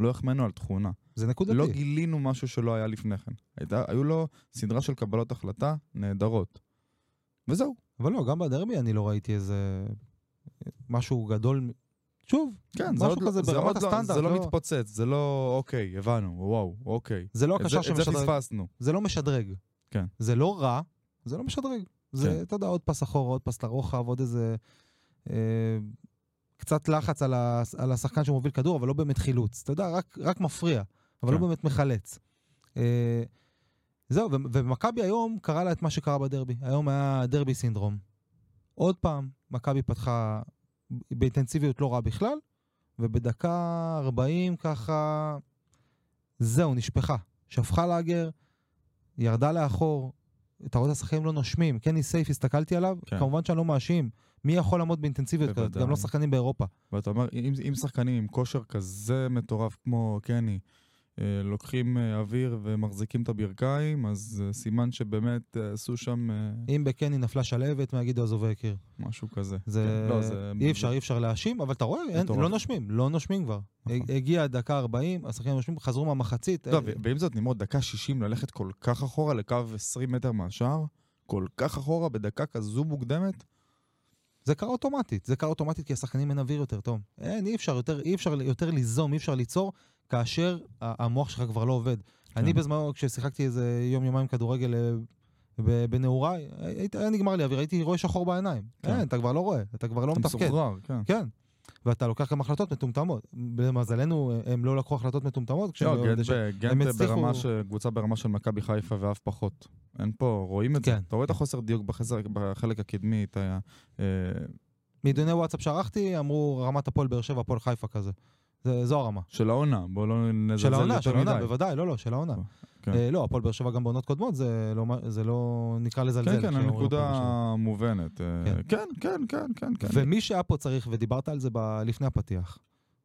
Speaker 1: לא החמאנו על תכונה.
Speaker 2: זה נקודתי.
Speaker 1: לא גילינו משהו שלא היה לפני כן. הייתה, היו לו סדרה של קבלות החלטה נהדרות. וזהו.
Speaker 2: אבל לא, גם בדרבי אני לא ראיתי איזה... משהו גדול. מ- שוב,
Speaker 1: כן, זה
Speaker 2: משהו
Speaker 1: עוד, לא-
Speaker 2: כזה
Speaker 1: זה
Speaker 2: ברמת
Speaker 1: עוד לא,
Speaker 2: הסטנדרט,
Speaker 1: זה לא
Speaker 2: לא-
Speaker 1: מתפוצץ, זה לא אוקיי, הבנו, וואו, אוקיי.
Speaker 2: זה לא
Speaker 1: את זה,
Speaker 2: הקשר
Speaker 1: את זה
Speaker 2: שמשדרג.
Speaker 1: פספסנו.
Speaker 2: זה לא משדרג.
Speaker 1: כן.
Speaker 2: זה לא רע, זה לא משדרג.
Speaker 1: כן.
Speaker 2: זה, אתה יודע, עוד פס אחורה, עוד פס לרוחב, עוד איזה... אה, קצת לחץ על, ה, על השחקן שמוביל כדור, אבל לא באמת חילוץ. אתה יודע, רק, רק מפריע, אבל
Speaker 1: כן.
Speaker 2: לא באמת מחלץ. אה, זהו, ו- ומכבי היום קרה לה את מה שקרה בדרבי. היום היה דרבי סינדרום. עוד פעם, מכבי פתחה באינטנסיביות לא רעה בכלל, ובדקה 40 ככה, זהו, נשפכה. שפכה לאגר, ירדה לאחור, אתה רואה את השחקנים לא נושמים. קני סייף, הסתכלתי עליו,
Speaker 1: כן.
Speaker 2: כן. כמובן שאני לא מאשים. מי יכול לעמוד באינטנסיביות כזאת?
Speaker 1: בוודאי.
Speaker 2: גם לא שחקנים באירופה.
Speaker 1: ואתה אומר, אם, אם שחקנים עם כושר כזה מטורף כמו קני, אה, לוקחים אה, אוויר ומחזיקים את הברכיים, אז אה, סימן שבאמת אה, עשו שם אה,
Speaker 2: אם בקני נפלה שלהבת, מהגידו עזובי הקיר.
Speaker 1: משהו כזה.
Speaker 2: זה...
Speaker 1: כן, לא, זה-
Speaker 2: אי אפשר, אי אפשר להאשים, אבל אתה רואה, אין,
Speaker 1: מטורף.
Speaker 2: לא נושמים, לא נושמים כבר.
Speaker 1: נכון.
Speaker 2: הגיעה דקה 40, השחקנים נושמים, חזרו מהמחצית.
Speaker 1: לא,
Speaker 2: אה,
Speaker 1: ו- ועם זאת, נמרוד, דקה 60 ללכת כל כך אחורה לקו 20 מטר מהשער, כל כך אחורה בדקה כזו מוקדמת,
Speaker 2: זה קרה אוטומטית, זה קרה אוטומטית כי השחקנים אין אוויר יותר, תום. אין, אי אפשר יותר, אי אפשר יותר ליזום, אי אפשר ליצור, כאשר ה- המוח שלך כבר לא עובד.
Speaker 1: כן.
Speaker 2: אני בזמנו, כששיחקתי איזה יום-יומיים כדורגל אה, ב- בנעוריי, היית- היה נגמר לי אוויר, הייתי רואה שחור בעיניים.
Speaker 1: כן.
Speaker 2: אין, אתה כבר לא רואה, אתה כבר לא
Speaker 1: אתה
Speaker 2: מתפקד.
Speaker 1: מסוחרר, כן.
Speaker 2: כן. ואתה לוקח גם החלטות מטומטמות. למזלנו, הם לא לקחו החלטות מטומטמות כשהם
Speaker 1: לא,
Speaker 2: היו בדשא.
Speaker 1: גנט-
Speaker 2: הם
Speaker 1: גנט
Speaker 2: הצליחו-
Speaker 1: ברמה ש- קבוצה ברמה של מכבי חיפה ואף פחות. אין פה, רואים את זה.
Speaker 2: כן.
Speaker 1: אתה רואה את החוסר דיוק בחזר- בחלק הקדמי, את ה... אה,
Speaker 2: מעידוני וואטסאפ שערכתי, אמרו רמת הפועל באר שבע, הפועל חיפה כזה. זה, זו הרמה.
Speaker 1: של העונה, בואו לא נזלזל
Speaker 2: של
Speaker 1: יותר
Speaker 2: העונה,
Speaker 1: מדי.
Speaker 2: של העונה, בוודאי, לא, לא, של העונה.
Speaker 1: כן.
Speaker 2: אה, לא, הפועל באר שבע גם בעונות קודמות, זה לא, מה- זה לא נקרא לזלזל.
Speaker 1: כן, כן,
Speaker 2: כשאומרים הפועל
Speaker 1: הנקודה
Speaker 2: באר שבע.
Speaker 1: מובנת. אה,
Speaker 2: כן.
Speaker 1: כן, כן, כן, כן, כן.
Speaker 2: ומי שהיה פה צריך, ודיברת על זה ב- לפני הפתיח,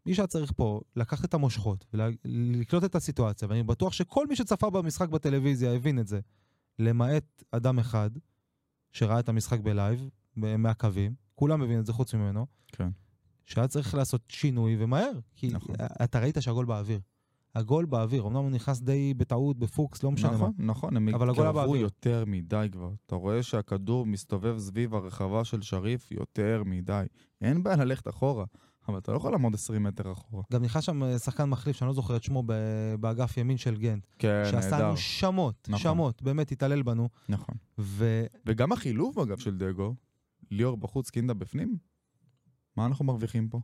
Speaker 2: מי שהיה צריך פה לקחת את המושכות ולקלוט את הסיטואציה, ואני בטוח שכל מי שצפה במשחק בטלוויזיה הבין את זה, למעט אדם אחד שראה את המשחק בלייב, ב- מהקווים, כולם הבינו את זה חוץ ממנו,
Speaker 1: כן.
Speaker 2: שהיה צריך לעשות שינוי ומהר, כי
Speaker 1: נכון.
Speaker 2: אתה ראית שהגול באוויר. הגול באוויר, אמנם הוא נכנס די בטעות, בפוקס, לא משנה מה.
Speaker 1: נכון, נכון, הם
Speaker 2: אבל הגול היה
Speaker 1: התקרבו
Speaker 2: באוויר.
Speaker 1: יותר מדי כבר. אתה רואה שהכדור מסתובב סביב הרחבה של שריף יותר מדי. אין בעיה ללכת אחורה, אבל אתה לא יכול לעמוד 20 מטר אחורה.
Speaker 2: גם נכנס שם אה, שחקן מחליף שאני לא זוכר את שמו ב- באגף ימין של גנט,
Speaker 1: כן,
Speaker 2: שעשה
Speaker 1: נהדר.
Speaker 2: לנו שמות,
Speaker 1: נכון.
Speaker 2: שמות, באמת התעלל בנו,
Speaker 1: נכון.
Speaker 2: ו...
Speaker 1: וגם החילוף, אגב, של דגו, ליאור בחוץ, קינדה בפנים, מה אנחנו מרוויחים פה?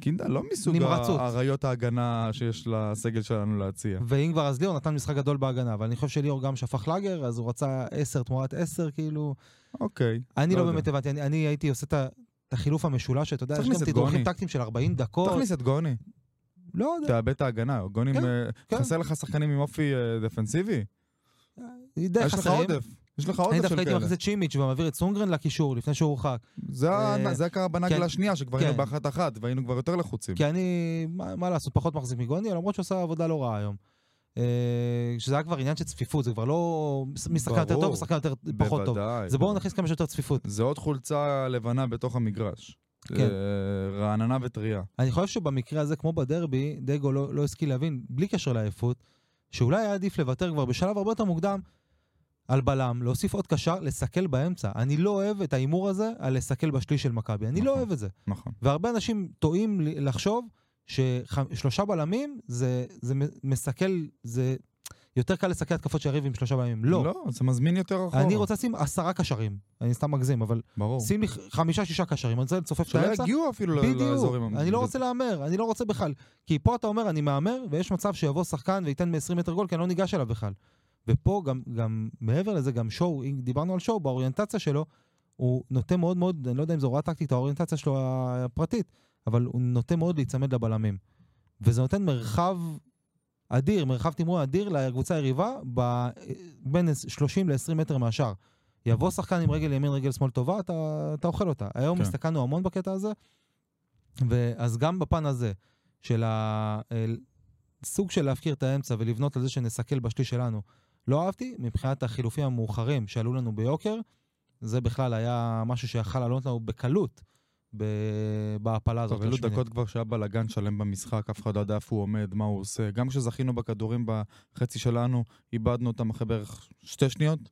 Speaker 1: קינדה לא מסוג
Speaker 2: נמרצות.
Speaker 1: האריות ההגנה שיש לסגל שלנו להציע.
Speaker 2: ואם כבר אז ליאור נתן משחק גדול בהגנה, אבל אני חושב שליאור גם שפך לאגר, אז הוא רצה 10 תמורת 10, כאילו...
Speaker 1: אוקיי.
Speaker 2: אני
Speaker 1: לא
Speaker 2: לא
Speaker 1: יודע.
Speaker 2: באמת הבנתי, אני- אני הייתי עושה את ה- את החילוף המשולש, אתה יודע, יש
Speaker 1: תכניס
Speaker 2: גם
Speaker 1: את
Speaker 2: תדרוכים
Speaker 1: גוני.
Speaker 2: טקטיים של 40 דקות.
Speaker 1: תכניס את גוני,
Speaker 2: לא יודע,
Speaker 1: תאבד את ההגנה. גוני,
Speaker 2: כן,
Speaker 1: אה,
Speaker 2: כן.
Speaker 1: חסר לך שחקנים עם אופי אה, דפנסיבי?
Speaker 2: די
Speaker 1: יש לך
Speaker 2: אה, חסרים.
Speaker 1: עודף. יש לך
Speaker 2: אני
Speaker 1: עודף
Speaker 2: דווקא
Speaker 1: של
Speaker 2: הייתי
Speaker 1: כאלה.
Speaker 2: מכניס את שימיץ' ומעביר את סונגרן לקישור לפני שהוא הורחק.
Speaker 1: זה
Speaker 2: אה,
Speaker 1: ה- זה קרה
Speaker 2: כן.
Speaker 1: בנגלה השנייה, שכבר היינו
Speaker 2: כן.
Speaker 1: באחת אחת, והיינו כבר יותר לחוצים.
Speaker 2: כי אני, מה, מה לעשות, פחות מחזיק מגוני, למרות שהוא עושה עבודה לא רעה היום. אה, שזה היה כבר עניין של צפיפות, זה כבר לא משחקן יותר
Speaker 1: ברור.
Speaker 2: טוב, משחקן יותר כן, פחות טוב.
Speaker 1: בוודאי.
Speaker 2: זה בואו נכניס כמה שיותר צפיפות.
Speaker 1: זה עוד חולצה לבנה בתוך המגרש.
Speaker 2: כן.
Speaker 1: אה, רעננה וטריה.
Speaker 2: אני חושב שבמקרה הזה, כמו בדרבי, דגו לא, לא השכיל להבין, בלי קשר לעייפות, שאולי היה עדיף לוותר כבר בשלב הרבה יותר מוקדם על בלם, להוסיף עוד קשר, לסכל באמצע. אני לא אוהב את ההימור הזה על לסכל בשליש של מכבי, אני לא
Speaker 1: נכון.
Speaker 2: אוהב את זה.
Speaker 1: נכון.
Speaker 2: והרבה אנשים טועים ל- לחשוב ששלושה בלמים זה, זה מ- מסכל, זה יותר קל לסכל התקפות של יריב עם שלושה בלמים. לא.
Speaker 1: לא, נכון. זה מזמין יותר אחורה.
Speaker 2: אני רוצה לשים עשרה קשרים, אני סתם מגזים, אבל
Speaker 1: ברור.
Speaker 2: שים לי ח- חמישה-שישה קשרים, אני רוצה לצופף את
Speaker 1: נכון. שלא
Speaker 2: האמצע.
Speaker 1: יגיעו אפילו ל-
Speaker 2: בדיוק,
Speaker 1: לאזורים.
Speaker 2: אני לא רוצה להמר, אני לא רוצה בכלל. כי פה אתה אומר, אני מהמר, ויש מצב שיבוא שחקן וייתן מ-20 מטר גול, כי אני לא ניגש אליו בכלל. ופה גם, גם מעבר לזה, גם שואו, אם דיברנו על שואו, באוריינטציה שלו, הוא נוטה מאוד מאוד, אני לא יודע אם זו הוראה טקטית, האוריינטציה שלו הפרטית, אבל הוא נוטה מאוד להיצמד לבלמים. וזה נותן מרחב אדיר, מרחב תמרון אדיר לקבוצה היריבה, ב- בין 30 ל-20 מטר מהשאר. יבוא שחקן עם רגל ימין, רגל שמאל טובה, אתה, אתה אוכל אותה. היום
Speaker 1: כן.
Speaker 2: הסתכלנו המון בקטע הזה, ואז גם בפן הזה של ה... אל- סוג של להפקיר את האמצע ולבנות על זה שנסכל בשליש שלנו, לא אהבתי. מבחינת החילופים המאוחרים שעלו לנו ביוקר, זה בכלל היה משהו שיכל לעלות לנו בקלות ב- בהעפלה הזאת.
Speaker 1: טוב, אלו
Speaker 2: לשמינית.
Speaker 1: דקות כבר שהיה בלאגן שלם במשחק, אף אחד לא ידע איפה הוא עומד, מה הוא עושה. גם כשזכינו בכדורים בחצי שלנו, איבדנו אותם אחרי בערך שתי שניות,
Speaker 2: לא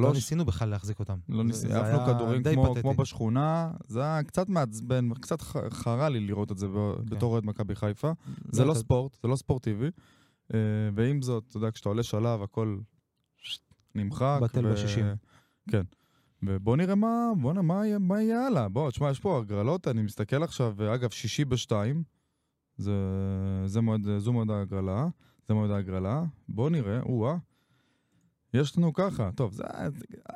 Speaker 1: שלוש.
Speaker 2: ניסינו בכלל להחזיק אותם.
Speaker 1: לא
Speaker 2: זה-
Speaker 1: ניסינו,
Speaker 2: זה
Speaker 1: עפנו
Speaker 2: היה
Speaker 1: כדורים
Speaker 2: די
Speaker 1: כמו,
Speaker 2: פתטי.
Speaker 1: כמו בשכונה, זה היה קצת מעצבן, קצת ח- חרה לי לראות את זה ב-
Speaker 2: כן.
Speaker 1: בתור אוהד מכבי חיפה. זה לא
Speaker 2: אתה-
Speaker 1: ספורט, זה לא ספורטיבי. אה, ועם זאת, אתה יודע, כשאתה עולה שלב, הכל נמחק.
Speaker 2: בטל
Speaker 1: ו-
Speaker 2: בשישים.
Speaker 1: כן. ובוא נראה מה, בוא נראה מה, יהיה- מה יהיה הלאה. בוא, תשמע, יש פה הגרלות, אני מסתכל עכשיו, ואגב, שישי בשתיים, זה, זה מועד, זו מועד ההגרלה, זה מועד ההגרלה. בוא נראה, או-אה. יש לנו ככה, טוב, זה,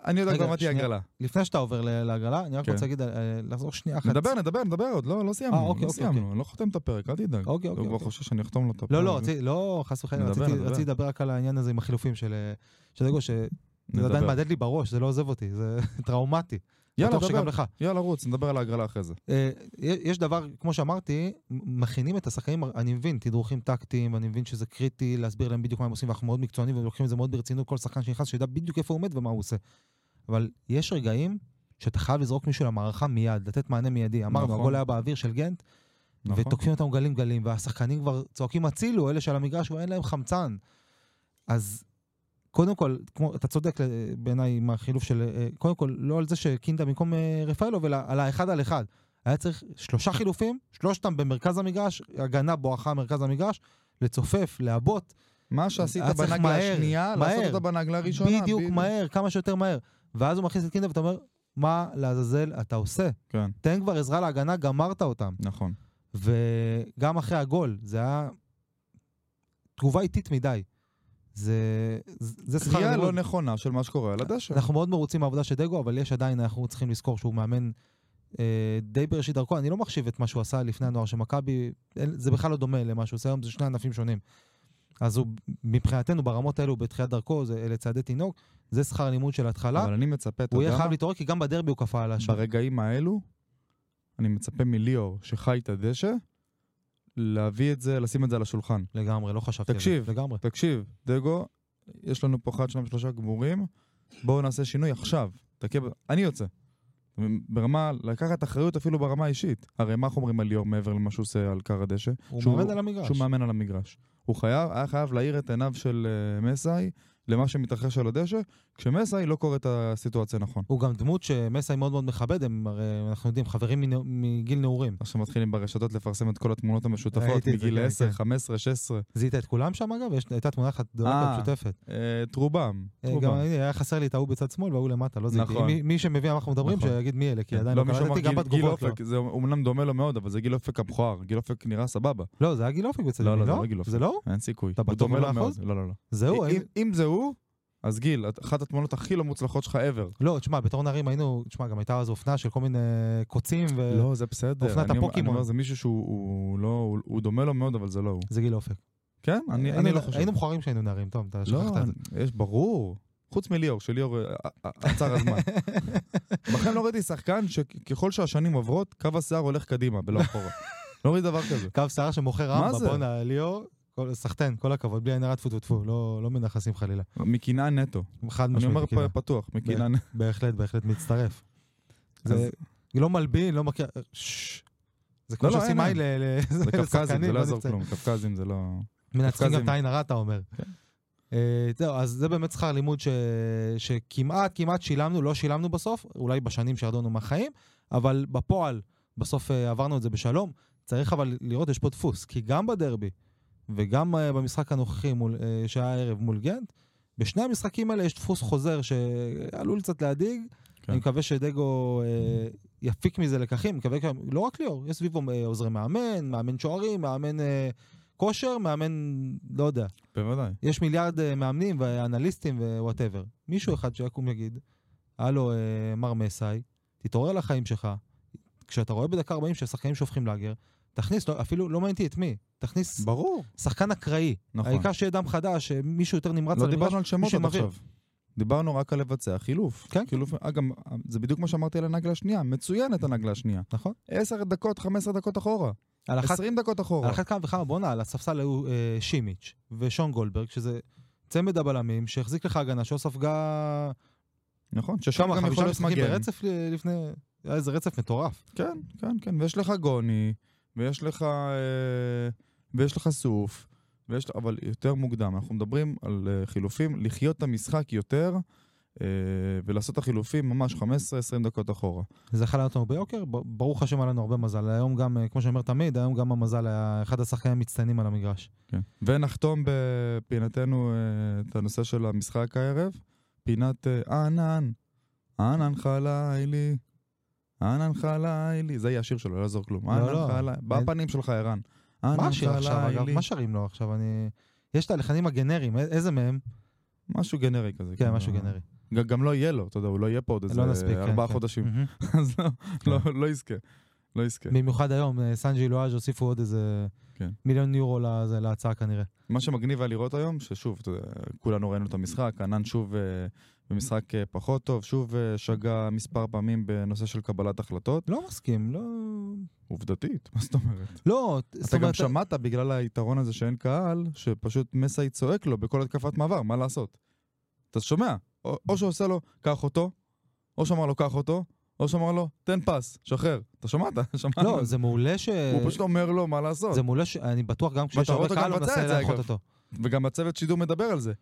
Speaker 1: אני יודע
Speaker 2: רגע,
Speaker 1: כבר מה תהיה
Speaker 2: שנייה.
Speaker 1: הגרלה.
Speaker 2: לפני שאתה עובר ל- להגרלה, אני רק
Speaker 1: כן.
Speaker 2: רוצה להגיד, אה, לחזור שנייה אחת.
Speaker 1: נדבר, נדבר, נדבר עוד, לא, לא סיימנו,
Speaker 2: אה, אוקיי,
Speaker 1: לא
Speaker 2: אוקיי,
Speaker 1: סיימנו,
Speaker 2: אוקיי.
Speaker 1: אני לא חותם את הפרק, אל תדאג.
Speaker 2: אוקיי,
Speaker 1: הוא
Speaker 2: אוקיי,
Speaker 1: כבר
Speaker 2: אוקיי.
Speaker 1: חושב שאני אחתום לו את הפרק.
Speaker 2: לא, לא, רציתי- לא, חס וחלילה,
Speaker 1: אה, נדבר,
Speaker 2: רציתי-
Speaker 1: נדבר.
Speaker 2: רציתי לדבר רק על העניין הזה עם החילופים של אה, של דגו, שזה
Speaker 1: נדבר.
Speaker 2: עדיין מהדהד לי בראש, זה לא עוזב אותי, זה טראומטי.
Speaker 1: יאללה,
Speaker 2: בטוח
Speaker 1: דבר.
Speaker 2: שגם לך.
Speaker 1: יאללה, רוץ, נדבר על ההגרלה אחרי זה.
Speaker 2: אה, יש יש דבר, כמו שאמרתי, מ- מכינים את השחקנים, אני מבין, תדרוכים טקטיים, אני מבין שזה קריטי להסביר להם בדיוק מה הם עושים, ואנחנו מאוד מקצוענים ולוקחים את זה מאוד ברצינות, כל שחקן שנכנס, שידע בדיוק איפה הוא עומד ומה הוא עושה. אבל יש רגעים שאתה חייב לזרוק מישהו למערכה מיד, לתת מענה מיידי. אמרנו,
Speaker 1: נכון.
Speaker 2: הגול היה באוויר של גנט,
Speaker 1: נכון.
Speaker 2: ותוקפים אותם גלים גלים, והשחקנים כבר צועקים הצילו, אלה שעל המגרש כבר אין להם חמצן. אז קודם כל, כמו, אתה צודק אה, בעיניי עם החילוף של, אה, קודם כל, לא על זה שקינדה במקום אה, רפאלוב, אלא על האחד על אחד. היה צריך שלושה חילופים, שלושתם במרכז המגרש, הגנה בואכה מרכז המגרש, לצופף, לעבות,
Speaker 1: מה שעשית
Speaker 2: היה אה, צריך
Speaker 1: בנגלה
Speaker 2: מהר,
Speaker 1: השנייה, לעשות
Speaker 2: מהר.
Speaker 1: אותה בנגלה הראשונה.
Speaker 2: בדיוק מהר, כמה שיותר מהר. ואז הוא מכניס את קינדה ואתה אומר, מה לעזאזל אתה עושה?
Speaker 1: כן,
Speaker 2: תן כבר עזרה להגנה, גמרת אותם.
Speaker 1: נכון.
Speaker 2: וגם אחרי הגול, זה היה תגובה איטית מדי. זה, זה שכר
Speaker 1: קריאה לא
Speaker 2: לימוד.
Speaker 1: נכונה של מה שקורה על הדשא.
Speaker 2: אנחנו מאוד מרוצים מהעבודה של דגו, אבל יש עדיין, אנחנו צריכים לזכור שהוא מאמן אה, די בראשית דרכו. אני לא מחשיב את מה שהוא עשה לפני הנוער של מכבי, אין- זה בכלל לא דומה למה שהוא עושה היום, זה שני ענפים שונים. אז הוא, מבחינתנו, ברמות האלו, בתחילת דרכו, זה, אלה צעדי תינוק, זה שכר לימוד של התחלה.
Speaker 1: אבל אני מצפה, אתה
Speaker 2: נכון. הוא יהיה
Speaker 1: יודע
Speaker 2: חייב
Speaker 1: מה?
Speaker 2: להתעורר, כי גם בדרבי הוא קפא על השער.
Speaker 1: ברגעים האלו, אני מצפה מליאור, שחי את הדשא, להביא את זה, לשים את זה על השולחן.
Speaker 2: לגמרי, לא חשבתי על זה.
Speaker 1: תקשיב.
Speaker 2: לגמרי.
Speaker 1: תקשיב, דגו, יש לנו פה אחד, שניים, שלושה גמורים, בואו נעשה שינוי עכשיו. תכה, ב- אני יוצא. ברמה, לקחת אחריות אפילו ברמה האישית. הרי מה אנחנו אומרים על ליאור מעבר למה שהוא עושה על כר הדשא?
Speaker 2: הוא
Speaker 1: שהוא-
Speaker 2: מעמד על המגרש.
Speaker 1: שהוא מאמן על המגרש. הוא חייב, היה חייב להאיר את עיניו של אה, מסאי למה שמתרחש על הדשא, כשמסאי לא קורא את הסיטואציה נכון.
Speaker 2: הוא גם דמות שמסאי מאוד מאוד מכבד, הם הרי, אנחנו יודעים, חברים מנ- מגיל נעורים.
Speaker 1: עכשיו מתחילים ברשתות לפרסם את כל התמונות המשותפות
Speaker 2: ראיתי את זה,
Speaker 1: מגיל
Speaker 2: כן,
Speaker 1: 10,
Speaker 2: כן.
Speaker 1: 15, 16,
Speaker 2: זיהית את כולם שם אגב? יש- הייתה תמונה אחת גדולה
Speaker 1: אה,
Speaker 2: משותפת.
Speaker 1: אה, את רובם. את
Speaker 2: אה,
Speaker 1: רובם.
Speaker 2: גם הנה, היה חסר לי את ההוא בצד שמאל וההוא למטה, לא זיהיתי.
Speaker 1: נכון.
Speaker 2: מי- מי שמבין מה אנחנו מדברים,
Speaker 1: נכון.
Speaker 2: שיגיד מי אלה, כי
Speaker 1: כן.
Speaker 2: עדיין לא
Speaker 1: מי שאמר
Speaker 2: קלטתי, גם
Speaker 1: גיל- גיל
Speaker 2: בתגובות לא.
Speaker 1: אופק, זה אומנם דומה לו מאוד, אבל זה גיל אופק המכוער, גיל אופק נראה סבבה,
Speaker 2: לא, זה היה גיל אופק בצד
Speaker 1: לא,
Speaker 2: ימין,
Speaker 1: לא, זה לא גיל אופק.
Speaker 2: זה לא?
Speaker 1: אין סיכוי.
Speaker 2: אתה
Speaker 1: הוא
Speaker 2: בטוח
Speaker 1: דומה לו
Speaker 2: במאה
Speaker 1: מאוד,
Speaker 2: אחוז?
Speaker 1: לא, לא, לא.
Speaker 2: זה הוא.
Speaker 1: אם-
Speaker 2: אין-
Speaker 1: אם זה הוא, אז גיל, את- אחת התמונות הכי לא מוצלחות שלך ever.
Speaker 2: לא, תשמע, בתור נערים היינו, תשמע, גם הייתה אז אופנה של כל מיני אה, קוצים, ו-
Speaker 1: לא, זה בסדר.
Speaker 2: אופנת
Speaker 1: אני אומר- אני
Speaker 2: הפוקימון.
Speaker 1: אומר, זה מישהו שהוא הוא לא, הוא- הוא דומה לו מאוד, אבל זה לא הוא.
Speaker 2: זה גיל אופק.
Speaker 1: כן? אני,
Speaker 2: היינו-
Speaker 1: אני לא חושב.
Speaker 2: אה,
Speaker 1: לא,
Speaker 2: היינו מכוערים כשהיינו נערים, תום, אתה שכחת את זה.
Speaker 1: אני- יש, ברור. חוץ מליאור, שליאור אה, אה, עצר הזמן. בכלל לא ראיתי שחקן שככל שהשנים עוברות, קו השיער הולך קדימה ולא אחורה. לא ראיתי דבר כזה.
Speaker 2: קו שיער שמוכר
Speaker 1: מה
Speaker 2: רמבה,
Speaker 1: זה?
Speaker 2: בואנה, ליאור, כל- סחטיין, כל הכבוד, בלי עין הרע, טפו טפו טפו, לא לא מנכסים חלילה.
Speaker 1: מקנאה נטו.
Speaker 2: חד
Speaker 1: אני
Speaker 2: משמעית.
Speaker 1: אומר
Speaker 2: כאילו.
Speaker 1: פ- פתוח, מקנאה נטו.
Speaker 2: בהחלט, בהחלט מצטרף.
Speaker 1: אז-
Speaker 2: זה לא מלבין, לא מכיר... ששש. זה כמו
Speaker 1: לא, לא,
Speaker 2: שעושים
Speaker 1: אין,
Speaker 2: עין ל- ל-
Speaker 1: זה קפקזים,
Speaker 2: לשחקנים,
Speaker 1: זה לא יעזור
Speaker 2: נמצא.
Speaker 1: כלום. קפקזים זה לא...
Speaker 2: מנצחים גם
Speaker 1: קפקזים.
Speaker 2: את העין הרע, אתה אומר. אה, זהו, אז זה באמת שכר לימוד ש- שכמעט, כמעט שילמנו, לא שילמנו בסוף, אולי בשנים שירדנו מהחיים, אבל בפועל, בסוף אה, עברנו את זה בשלום. צריך אבל לראות, יש פה דפוס, כי גם בדרבי וגם אה, במשחק הנוכחי מול, אה, שהיה הערב מול גנט, בשני המשחקים האלה יש דפוס חוזר שעלול קצת להדאיג.
Speaker 1: כן.
Speaker 2: אני מקווה שדגו אה, יפיק מזה לקחים, מקווה גם, לא רק ליאור, יש סביבו אה, עוזרי מאמן, מאמן שוערים, מאמן אה, כושר, מאמן, לא יודע.
Speaker 1: בוודאי.
Speaker 2: יש מיליארד אה, מאמנים ואנליסטים ווואטאבר. מישהו אחד שיקום יגיד, הלו, אה, מר מסאי, תתעורר לחיים שלך. כשאתה רואה בדקה 40 שהשחקנים שופכים לאגר, תכניס, לא, אפילו לא מעניין אותי את מי, תכניס
Speaker 1: ברור.
Speaker 2: שחקן אקראי.
Speaker 1: נכון.
Speaker 2: העיקר שיהיה דם חדש, שמישהו יותר נמרץ
Speaker 1: לא
Speaker 2: על המגרש.
Speaker 1: דיברנו על שמות
Speaker 2: מישהו
Speaker 1: עד
Speaker 2: מבהיר.
Speaker 1: עכשיו. דיברנו רק על לבצע חילוף.
Speaker 2: כן.
Speaker 1: חילוף, אגב, זה בדיוק מה שאמרתי על הנגלה השנייה. מצוינת הנגלה השנייה.
Speaker 2: נכון.
Speaker 1: 10 דקות, 15 דקות אחורה.
Speaker 2: על אחת
Speaker 1: 20 דקות
Speaker 2: על
Speaker 1: אחורה.
Speaker 2: אחת כמה וכמה, בואנה, על הספסל היו אה, שימיץ' ושון גולדברג, שזה צמד הבלמים שהחזיק לך הגנה, שלא ספגה
Speaker 1: נכון, ששם
Speaker 2: כמה,
Speaker 1: גם יכול
Speaker 2: חמישה
Speaker 1: להיות
Speaker 2: משחקים
Speaker 1: מגן.
Speaker 2: ברצף ל- לפני... היה איזה רצף מטורף.
Speaker 1: כן, כן, כן. ויש לך גוני, ויש לך... אה, ויש לך סוף, ויש... אבל יותר מוקדם. אנחנו מדברים על אה, חילופים, לחיות את המשחק יותר, אה, ולעשות את החילופים ממש 15-20 דקות אחורה.
Speaker 2: זה אכל אותנו ביוקר, ב- ברוך השם היה לנו הרבה מזל. היום גם, אה, כמו שאני אומר תמיד, היום גם המזל היה אחד השחקנים המצטיינים על המגרש.
Speaker 1: כן. ונחתום בפינתנו אה, את הנושא של המשחק הערב, פינת אה, אהנן, אהנן חלילי, אהנן חלילי, זה יהיה השיר שלו, לא יעזור כלום,
Speaker 2: לא.
Speaker 1: אהנן חלילי, בפנים שלך ערן,
Speaker 2: מה
Speaker 1: אהנן
Speaker 2: השיר עכשיו, אגב?
Speaker 1: חלילי,
Speaker 2: מה שרים לו עכשיו? אני... יש את הלחנים הגנריים, א- איזה מהם?
Speaker 1: משהו גנרי כזה,
Speaker 2: כן,
Speaker 1: כאילו.
Speaker 2: משהו גנרי.
Speaker 1: גם- גם לא יהיה לו, אתה יודע, הוא לא יהיה פה עוד
Speaker 2: לא נספיק,
Speaker 1: איזה
Speaker 2: כן.
Speaker 1: ארבעה
Speaker 2: כן.
Speaker 1: חודשים,
Speaker 2: מהמם.
Speaker 1: אז לא- לא- לא יזכה, לא יזכה.
Speaker 2: במיוחד היום, אה, סנג'י לואז' הוסיפו עוד איזה
Speaker 1: כן.
Speaker 2: מיליון יורו לזה- להצעה כנראה.
Speaker 1: מה שמגניב היה לראות היום, ששוב, אתה יודע, כולנו ראינו את המשחק, ענן שוב אה, במשחק אה, פחות טוב, שוב אה, שגה מספר פעמים בנושא של קבלת החלטות,
Speaker 2: לא מסכים, לא...
Speaker 1: עובדתית, מה זאת אומרת?
Speaker 2: לא, זאת
Speaker 1: אתה גם
Speaker 2: אומרת...
Speaker 1: שמעת בגלל היתרון הזה שאין קהל, שפשוט מסי צועק לו בכל התקפת מעבר, מה לעשות? אתה שומע? או, או שעושה לו, קח אותו, או שאמר לו, קח אותו, או שאמר לו, תן פס, שחרר. אתה שמעת? שמעת?
Speaker 2: לא, זה מעולה ש...
Speaker 1: הוא פשוט אומר לו מה לעשות.
Speaker 2: זה מעולה ש... אני בטוח גם כשיש
Speaker 1: ואתה רואה
Speaker 2: הרבה
Speaker 1: אותו גם
Speaker 2: קהל, הוא
Speaker 1: מבצע
Speaker 2: מנסה
Speaker 1: את זה,
Speaker 2: לאחות
Speaker 1: אגב.
Speaker 2: אותו.
Speaker 1: וגם הצוות שידור מדבר על זה.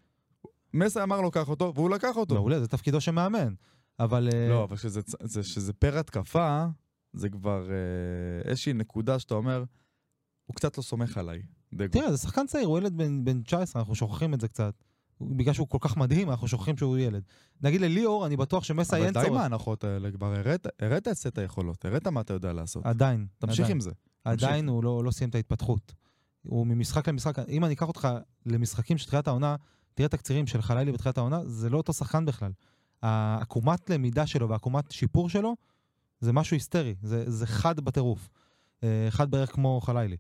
Speaker 1: מסי אמר לו, קח אותו, והוא לקח אותו.
Speaker 2: מעולה, זה תפקידו של מאמן. אבל... לא, אה,
Speaker 1: לא, אבל כשזה, צ- זה, כשזה פר התקפה, זה כבר אה, איזושהי נקודה שאתה אומר, הוא קצת לא סומך עליי, דגו.
Speaker 2: תראה, זה שחקן צעיר, הוא ילד בן, בן 19, אנחנו שוכחים את זה קצת. הוא- בגלל שהוא כל כך מדהים, אנחנו שוכחים שהוא ילד. נגיד לליאור, אני בטוח שמסע
Speaker 1: אבל
Speaker 2: אין
Speaker 1: די עם
Speaker 2: צורך.
Speaker 1: ההנחות האלה, כבר הראת, הראת את סט היכולות, הראת מה אתה יודע לעשות.
Speaker 2: עדיין.
Speaker 1: תמשיך
Speaker 2: עדיין.
Speaker 1: עם זה. תמשיך.
Speaker 2: עדיין הוא לא, לא סיים את ההתפתחות. הוא ממשחק למשחק, אם אני אקח אותך למשחקים של תחילת העונה, תראה תקצירים של חלילי בתחילת העונה, זה לא אותו שחקן בכלל. העקומת למידה שלו והעקומת שיפור שלו, זה משהו היסטרי, זה, זה חד בטירוף. אה, חד בערך כמו חלילי.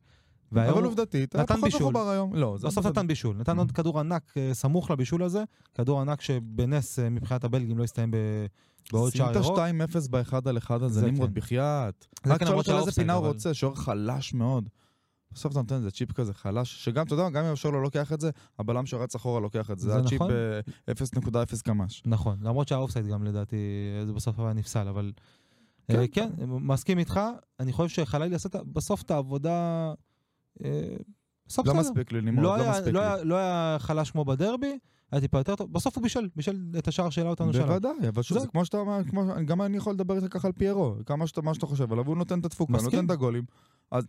Speaker 2: והיום
Speaker 1: אבל
Speaker 2: הוא-
Speaker 1: עובדתית, היה
Speaker 2: נתן
Speaker 1: פחות
Speaker 2: בישול.
Speaker 1: מחובר היום. לא, זה
Speaker 2: בסוף
Speaker 1: בסדר.
Speaker 2: נתן בישול, נתן עוד כדור ענק אה, סמוך לבישול הזה, כדור ענק שבנס אה, מבחינת הבלגים לא הסתיים ב- בעוד שער ירוק.
Speaker 1: שים את ה-2-0 באחד על אחד
Speaker 2: זה
Speaker 1: הזה, נמרוד
Speaker 2: כן.
Speaker 1: בחייאת.
Speaker 2: זה
Speaker 1: רק
Speaker 2: כן,
Speaker 1: תשאל
Speaker 2: למרות
Speaker 1: אותו לאיזה
Speaker 2: שהאופסייד,
Speaker 1: פינה הוא
Speaker 2: אבל-
Speaker 1: רוצה, שוער חלש מאוד. בסוף אתה נותן איזה צ'יפ כזה חלש, שגם, אתה יודע, גם אם השוער לא לוקח את זה, הבלם שרץ אחורה לוקח את זה.
Speaker 2: זה
Speaker 1: זה היה צ'יפ
Speaker 2: נכון.
Speaker 1: אה, 0.0 קמ"ש.
Speaker 2: נכון, למרות שהאופסייד גם לדעתי, אה, זה בסוף היה נפסל, אבל...
Speaker 1: כן.
Speaker 2: אה, כן, מסכים איתך, אני חושב שחלילי עשה את ה- בסוף את העבודה... אה, בסוף
Speaker 1: לא
Speaker 2: בסדר.
Speaker 1: מספיק לי,
Speaker 2: לא
Speaker 1: נמרוד, לא
Speaker 2: היה-
Speaker 1: מספיק
Speaker 2: לא
Speaker 1: לי.
Speaker 2: היה- לא היה חלש כמו בדרבי, היה טיפה יותר טוב, בסוף הוא בישל, בישל את השער שהעלה אותנו שלב.
Speaker 1: בוודאי, אבל שוב,
Speaker 2: זהו.
Speaker 1: זה כמו שאתה אומר, כמו- גם אני יכול לדבר איתך ככה על פיירו, כמה שאתה, מה שאתה חושב עליו, הוא נותן את התפוקה,
Speaker 2: מסכים.
Speaker 1: נותן את הגולים. אז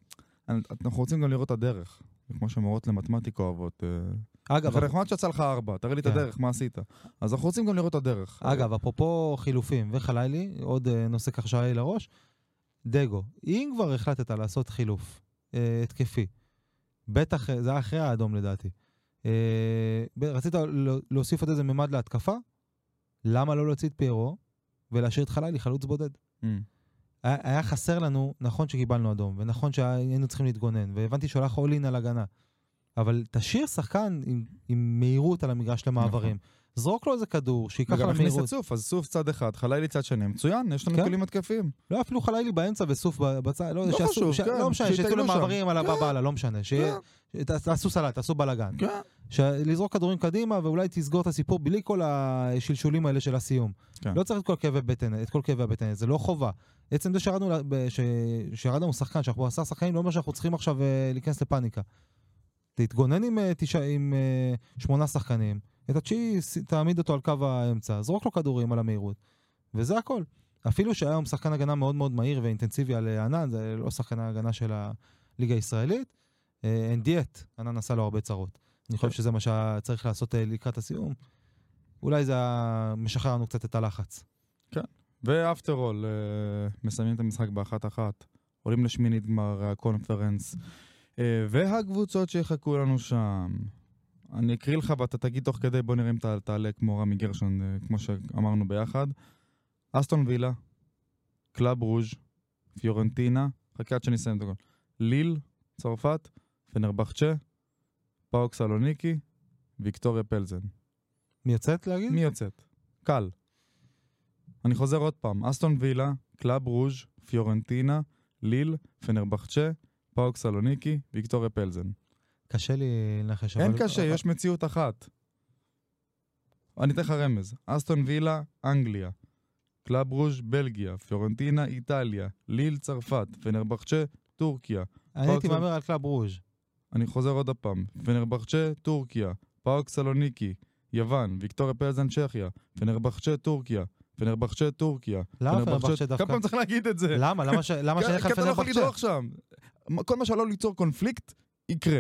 Speaker 1: אני- אנחנו רוצים גם לראות את הדרך. כמו שמורות למתמטיקה אוהבות. אה,
Speaker 2: אגב,
Speaker 1: אחרי נחמד שיצא לך ארבע, תראה לי את
Speaker 2: כן.
Speaker 1: הדרך, מה עשית. אז אנחנו רוצים גם לראות את הדרך.
Speaker 2: אגב, אפרופו חילופים וחלילי, עוד אה, נושא ככה שהיה לי לראש, דגו, אם כבר החלטת לעשות חילוף אה, התקפי, בטח, אה, זה היה אחרי האדום לדעתי, אה, ב- רצית ל- להוסיף עוד איזה ממד להתקפה, למה לא להוציא את פיירו ולהשאיר את חלילי חלוץ בודד?
Speaker 1: אה,
Speaker 2: היה, היה חסר לנו, נכון שקיבלנו אדום, ונכון שהיינו צריכים להתגונן, והבנתי שהוא הלך all in על הגנה. אבל תשאיר שחקן עם, עם מהירות על המגרש למעברים. זרוק לו איזה כדור, שייקח על
Speaker 1: וגם הכניס
Speaker 2: המהירות.
Speaker 1: את סוף, אז סוף צד אחד, חלילי צד שני, מצוין, יש
Speaker 2: כן.
Speaker 1: לנו כלים התקפיים.
Speaker 2: לא, אפילו חלילי באמצע וסוף בצד, לא,
Speaker 1: לא
Speaker 2: שיעשו-
Speaker 1: חשוב, כן,
Speaker 2: לא משנה, שיצאו
Speaker 1: שיטיילו שם.
Speaker 2: למעברים על הבא בעלה, לא משנה, שיהיה- ת- תעשו סלט, תעשו בלאגן.
Speaker 1: כן.
Speaker 2: לזרוק כדורים קדימה ואולי תסגור את הסיפור בלי כל השלשולים האלה של הסיום.
Speaker 1: כן.
Speaker 2: לא צריך את כל כאבי בטן, את כל כאבי הבטן, זה לא חובה. עצם זה שירדנו, ל- ב- ש- שירדנו שחקן, שאנחנו עשרה שחקנים, לא אומר שאנחנו צריכים עכשיו אה, להיכנס לפאניקה. תתגונן עם, אה, תשע, עם אה, שמונה שחקנים, את התשיעי ס- תעמיד אותו על קו האמצע, זרוק לו כדורים על המהירות, וזה הכל. אפילו שהיה היום שחקן הגנה מאוד מאוד מהיר ואינטנסיבי על אה, ענן, זה לא שחקן ההגנה של הליגה הישראלית, אה, אין דיאט, ענן עשה לו הרבה צרות. אני חושב שזה מה שצריך לעשות אה, לקראת הסיום. אולי זה ה- משחרר לנו קצת את הלחץ.
Speaker 1: ואפטר אול, אה, מסיימים את המשחק באחת-אחת, עולים לשמינית גמר הקונפרנס, אה, והקבוצות שיחכו לנו שם. אני אקריא לך ואתה תגיד תוך כדי, בוא נראה אם אתה תעלה כמו רמי גרשון, אה, כמו שאמרנו ביחד. אסטון וילה, קלאב רוז', פיורנטינה, חכה עד שנסיים את הכל. ליל, צרפת, פנרבחצ'ה, פאוק סלוניקי, ויקטוריה פלזן.
Speaker 2: מי יוצאת להגיד?
Speaker 1: מי יוצאת? קל. אני חוזר עוד פעם, אסטון וילה, קלאב רוז', פיורנטינה, ליל, פנרבחצ'ה, פאוק סלוניקי, ויקטוריה פלזן.
Speaker 2: קשה לי לנחש.
Speaker 1: אין
Speaker 2: אבל-
Speaker 1: קשה,
Speaker 2: אבל-
Speaker 1: יש מציאות אחת. אני אתן לך רמז, אסטון וילה, אנגליה. קלאב רוז' בלגיה, פיורנטינה איטליה, ליל צרפת, פנרבחצ'ה טורקיה.
Speaker 2: אני הייתי
Speaker 1: פארק-
Speaker 2: מהמר על קלאב רוז'.
Speaker 1: אני חוזר עוד הפעם, פנרבחצ'ה טורקיה, פאוק סלוניקי, יוון, ויקטוריה פלזן צ'כיה, פנרבחצ'ה טורקיה, פנרבחצ'ה טורקיה.
Speaker 2: למה פנרבחצ'ה דווקא?
Speaker 1: כמה פעמים צריך להגיד את זה?
Speaker 2: למה? למה ש- למה שאני
Speaker 1: כי
Speaker 2: אלך
Speaker 1: כי אתה לא יכול
Speaker 2: לפנרבחצ'ה?
Speaker 1: לדרוך שם. כל מה שעלול ליצור קונפליקט, יקרה.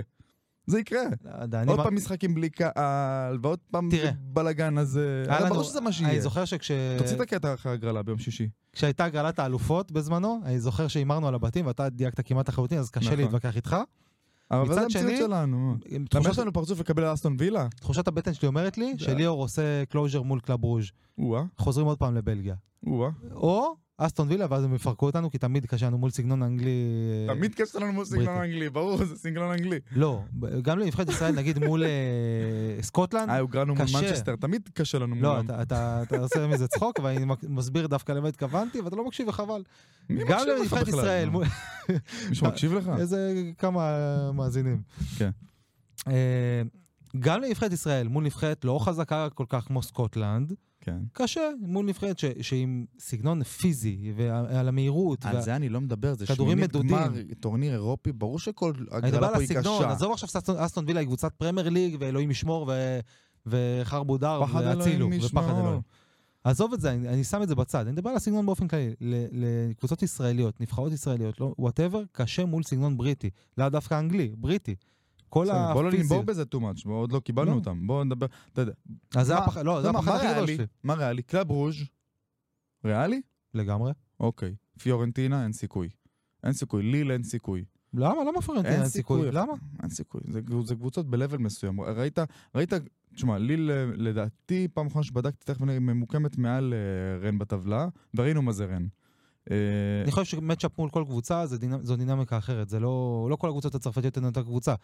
Speaker 1: זה יקרה.
Speaker 2: לא יודע, אני
Speaker 1: עוד
Speaker 2: מה-
Speaker 1: פעם משחקים בלי קהל, ועוד פעם
Speaker 2: תראה.
Speaker 1: בלאגן הזה.
Speaker 2: היה
Speaker 1: היה אה,
Speaker 2: לנו-
Speaker 1: ברור שזה מה
Speaker 2: אני אה,
Speaker 1: שיהיה.
Speaker 2: זוכר שכש...
Speaker 1: תוציא את הקטע אחרי הגרלה ביום שישי.
Speaker 2: כשהייתה הגרלת האלופות בזמנו, אני זוכר שהימרנו על הבתים ואתה דייקת כמעט לחלוטין, אז קשה
Speaker 1: נכון.
Speaker 2: להתווכח איתך.
Speaker 1: אבל
Speaker 2: מצד
Speaker 1: זה המציאות
Speaker 2: שני-
Speaker 1: שלנו.
Speaker 2: עם
Speaker 1: למה
Speaker 2: תחושת-
Speaker 1: יש לנו פרצוף לקבל על אסטון וילה?
Speaker 2: תחושת הבטן שלי אומרת לי שליאור עושה קלוז'ר מול קלאב רוז'.
Speaker 1: או-אה,
Speaker 2: חוזרים עוד פעם לבלגיה.
Speaker 1: או-אה.
Speaker 2: או אסטון וילה, ואז הם יפרקו אותנו, כי תמיד קשה לנו מול סגנון אנגלי...
Speaker 1: תמיד קשה לנו מול סגנון
Speaker 2: בריטי.
Speaker 1: אנגלי, ברור, זה סגנון אנגלי.
Speaker 2: לא, ב- גם לנבחרת ישראל, נגיד מול אה, סקוטלנד.
Speaker 1: אה, הוגרנו מול
Speaker 2: קשה.
Speaker 1: מנצ'סטר, תמיד קשה לנו
Speaker 2: לא,
Speaker 1: מולם.
Speaker 2: אתה, אתה, אתה עושה מזה צחוק, ואני מק- מסביר דווקא למה התכוונתי, ואתה לא מקשיב וחבל.
Speaker 1: מי
Speaker 2: גם
Speaker 1: מקשיב לך
Speaker 2: לנבחרת
Speaker 1: בכלל?
Speaker 2: ישראל, מול- אה,
Speaker 1: מישהו מקשיב לך?
Speaker 2: איזה כמה מאזינים.
Speaker 1: כן.
Speaker 2: אה, גם לנבחרת ישראל, מול נבחרת לא חזקה כל כך כמו סקוטלנד,
Speaker 1: כן.
Speaker 2: קשה, מול נבחרת ש- שהיא עם סגנון פיזי, ועל המהירות. וה-
Speaker 1: אני לא מדבר, זה
Speaker 2: כדורים שמינית מדודים. גמר,
Speaker 1: טורניר אירופי, ברור שכל
Speaker 2: אני מדבר על הסגנון, עזוב עכשיו שאסטון אסטון וילה היא קבוצת פרמייר ליג, ואלוהים ישמור, ו- וחרבודר,
Speaker 1: פחד
Speaker 2: והצילו,
Speaker 1: אלוהים
Speaker 2: ופחד
Speaker 1: ישמור.
Speaker 2: אלוהים. עזוב את זה, אני, אני שם את זה בצד. אני מדבר על הסגנון באופן כללי. ל- לקבוצות ישראליות, נבחרות ישראליות, לא, וואטאבר, קשה מול סגנון בריטי. לאו דווקא אנגלי, בריטי. כל
Speaker 1: בסדר, בוא לא
Speaker 2: הפיזיות.
Speaker 1: ננבור בזה too much, בוא, עוד לא קיבלנו
Speaker 2: לא.
Speaker 1: אותם, בוא נדבר, אתה יודע.
Speaker 2: אז זה
Speaker 1: מה-
Speaker 2: הפחד, לא, זה
Speaker 1: מה-
Speaker 2: הפחד
Speaker 1: מה
Speaker 2: הכי גדול
Speaker 1: ריאלי?
Speaker 2: שלי.
Speaker 1: מה ריאלי? קלאב רוז' ריאלי?
Speaker 2: לגמרי.
Speaker 1: אוקיי. פיורנטינה אין סיכוי. אין סיכוי, ליל אין סיכוי.
Speaker 2: למה? למה פרנטין אין סיכוי? למה?
Speaker 1: אין סיכוי. זה, זה קבוצות ב-level מסוים. ראית, ראית, תשמע, ליל אה, לדעתי, פעם אחרונה שבדקתי, תכף נראה, ממוקמת מעל אה, רן בטבלה, וראינו מה זה רן. אה,
Speaker 2: אני חושב שמצ'אפ מול כל קבוצה זה דינמ- זו דינמיקה אחרת, זה לא, לא כל הקבוצות הצרפתיות הן אותה קבוצה.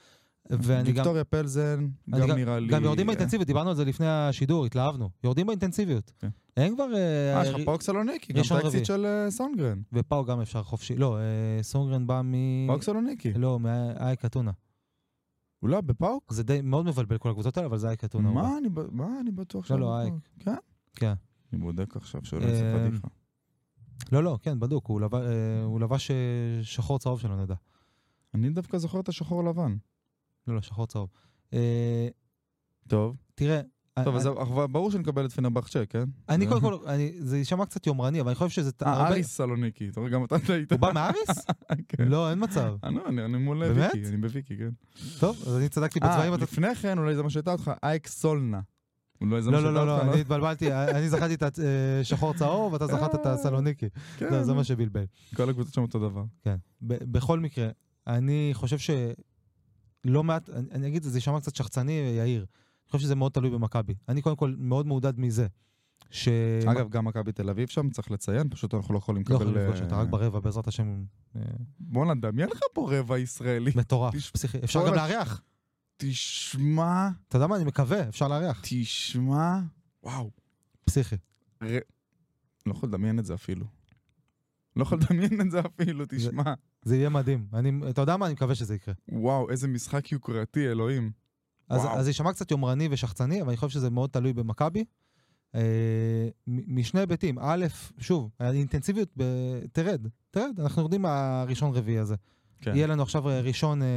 Speaker 2: ואני גם,
Speaker 1: ויקטוריה פלזן,
Speaker 2: אני
Speaker 1: גם נראה לי...
Speaker 2: גם יורדים
Speaker 1: אה,
Speaker 2: באינטנסיביות, דיברנו על זה לפני השידור, התלהבנו. יורדים באינטנסיביות.
Speaker 1: כן.
Speaker 2: אין כבר... אה,
Speaker 1: אה, יש לך
Speaker 2: ר-
Speaker 1: פאוק סלוניקי, גם את
Speaker 2: ראשון רביעי.
Speaker 1: האקסיט של אה, סונגרן.
Speaker 2: ופאו גם אפשר חופשי. לא, אה, סונגרן בא מ...
Speaker 1: פאוק סלוניקי.
Speaker 2: לא, מאייק אתונה.
Speaker 1: הוא לא בפאוק?
Speaker 2: זה די מאוד מבלבל כל הקבוצות האלה, אבל זה אייק אתונה. הוא בא.
Speaker 1: מה אני, ב- מה אני בטוח
Speaker 2: לא, לא,
Speaker 1: שאני
Speaker 2: אייק.
Speaker 1: בטוח? כן?
Speaker 2: כן.
Speaker 1: אני בודק עכשיו שלא
Speaker 2: אה,
Speaker 1: איזה פדיחה.
Speaker 2: לא, לא, כן, בדוק, הוא לבש- אה, הוא לבש אה, שחור צהוב שלא נדע.
Speaker 1: אני דווקא זוכר את השחור לבן.
Speaker 2: לא, לא, שחור צהוב. אה,
Speaker 1: טוב.
Speaker 2: תראה...
Speaker 1: טוב,
Speaker 2: אני-
Speaker 1: אז אבל ברור שנקבל את פנרבחצ'ה, כן?
Speaker 2: אני
Speaker 1: זה-
Speaker 2: קודם כל, אני- זה יישמע קצת יומרני, אבל אני חושב שזה...
Speaker 1: אה,
Speaker 2: הרבה-
Speaker 1: אריס סלוניקי, אתה רואה, גם אתה היית.
Speaker 2: הוא בא מאריס?
Speaker 1: כן.
Speaker 2: לא, אין מצב.
Speaker 1: אה, לא, אני אני מול
Speaker 2: באמת?
Speaker 1: ויקי, אני בוויקי, כן.
Speaker 2: טוב, אז אני צדקתי
Speaker 1: אה,
Speaker 2: בצבעים. אתה-
Speaker 1: לפני כן, אולי זה מה שהייתה אותך, אייק סולנה. אולי זה מה
Speaker 2: לא, לא,
Speaker 1: שהייתה
Speaker 2: לא, לא,
Speaker 1: אותך,
Speaker 2: אני התבלבלתי, אני זכרתי את השחור צהוב, אתה זכרת את הסלוניקי.
Speaker 1: כן,
Speaker 2: לא, זה מה שבלבל.
Speaker 1: כל הקבוצות שם אותו דבר.
Speaker 2: כן. ב- בכל מקרה, אני חושב שלא מעט, אני, אני אגיד את זה, זה יישמע קצת שחצני, יאיר. אני חושב שזה מאוד תלוי במכבי. אני קודם כל מאוד מעודד מזה. ש...
Speaker 1: אגב, גם מכבי תל אביב שם, צריך לציין, פשוט אנחנו לא יכולים
Speaker 2: אה, לא
Speaker 1: לקבל...
Speaker 2: יכול לפגוש
Speaker 1: אה,
Speaker 2: אותה, רק ברבע, בעזרת השם, אה,
Speaker 1: בואנה, דמיין לך פה רבע ישראלי.
Speaker 2: מטורף,
Speaker 1: תש-
Speaker 2: פסיכי. אפשר גם
Speaker 1: כל
Speaker 2: לארח.
Speaker 1: תשמע,
Speaker 2: אתה יודע מה, אני מקווה, אפשר לארח.
Speaker 1: תשמע, וואו.
Speaker 2: פסיכי.
Speaker 1: לא יכול לדמיין את זה אפילו. לא יכול לדמיין את זה אפילו, תשמע.
Speaker 2: זה יהיה מדהים. אני, אתה יודע מה, אני מקווה שזה יקרה.
Speaker 1: וואו, איזה משחק יוקרתי, אלוהים.
Speaker 2: אז
Speaker 1: וואו.
Speaker 2: אז זה יישמע קצת יומרני ושחצני, אבל אני חושב שזה מאוד תלוי במכבי. אה, מ- משני היבטים, א', שוב, האינטנסיביות ב- תרד, תרד, אנחנו יורדים מהראשון רביעי הזה.
Speaker 1: כן.
Speaker 2: יהיה לנו עכשיו אה, ראשון אה,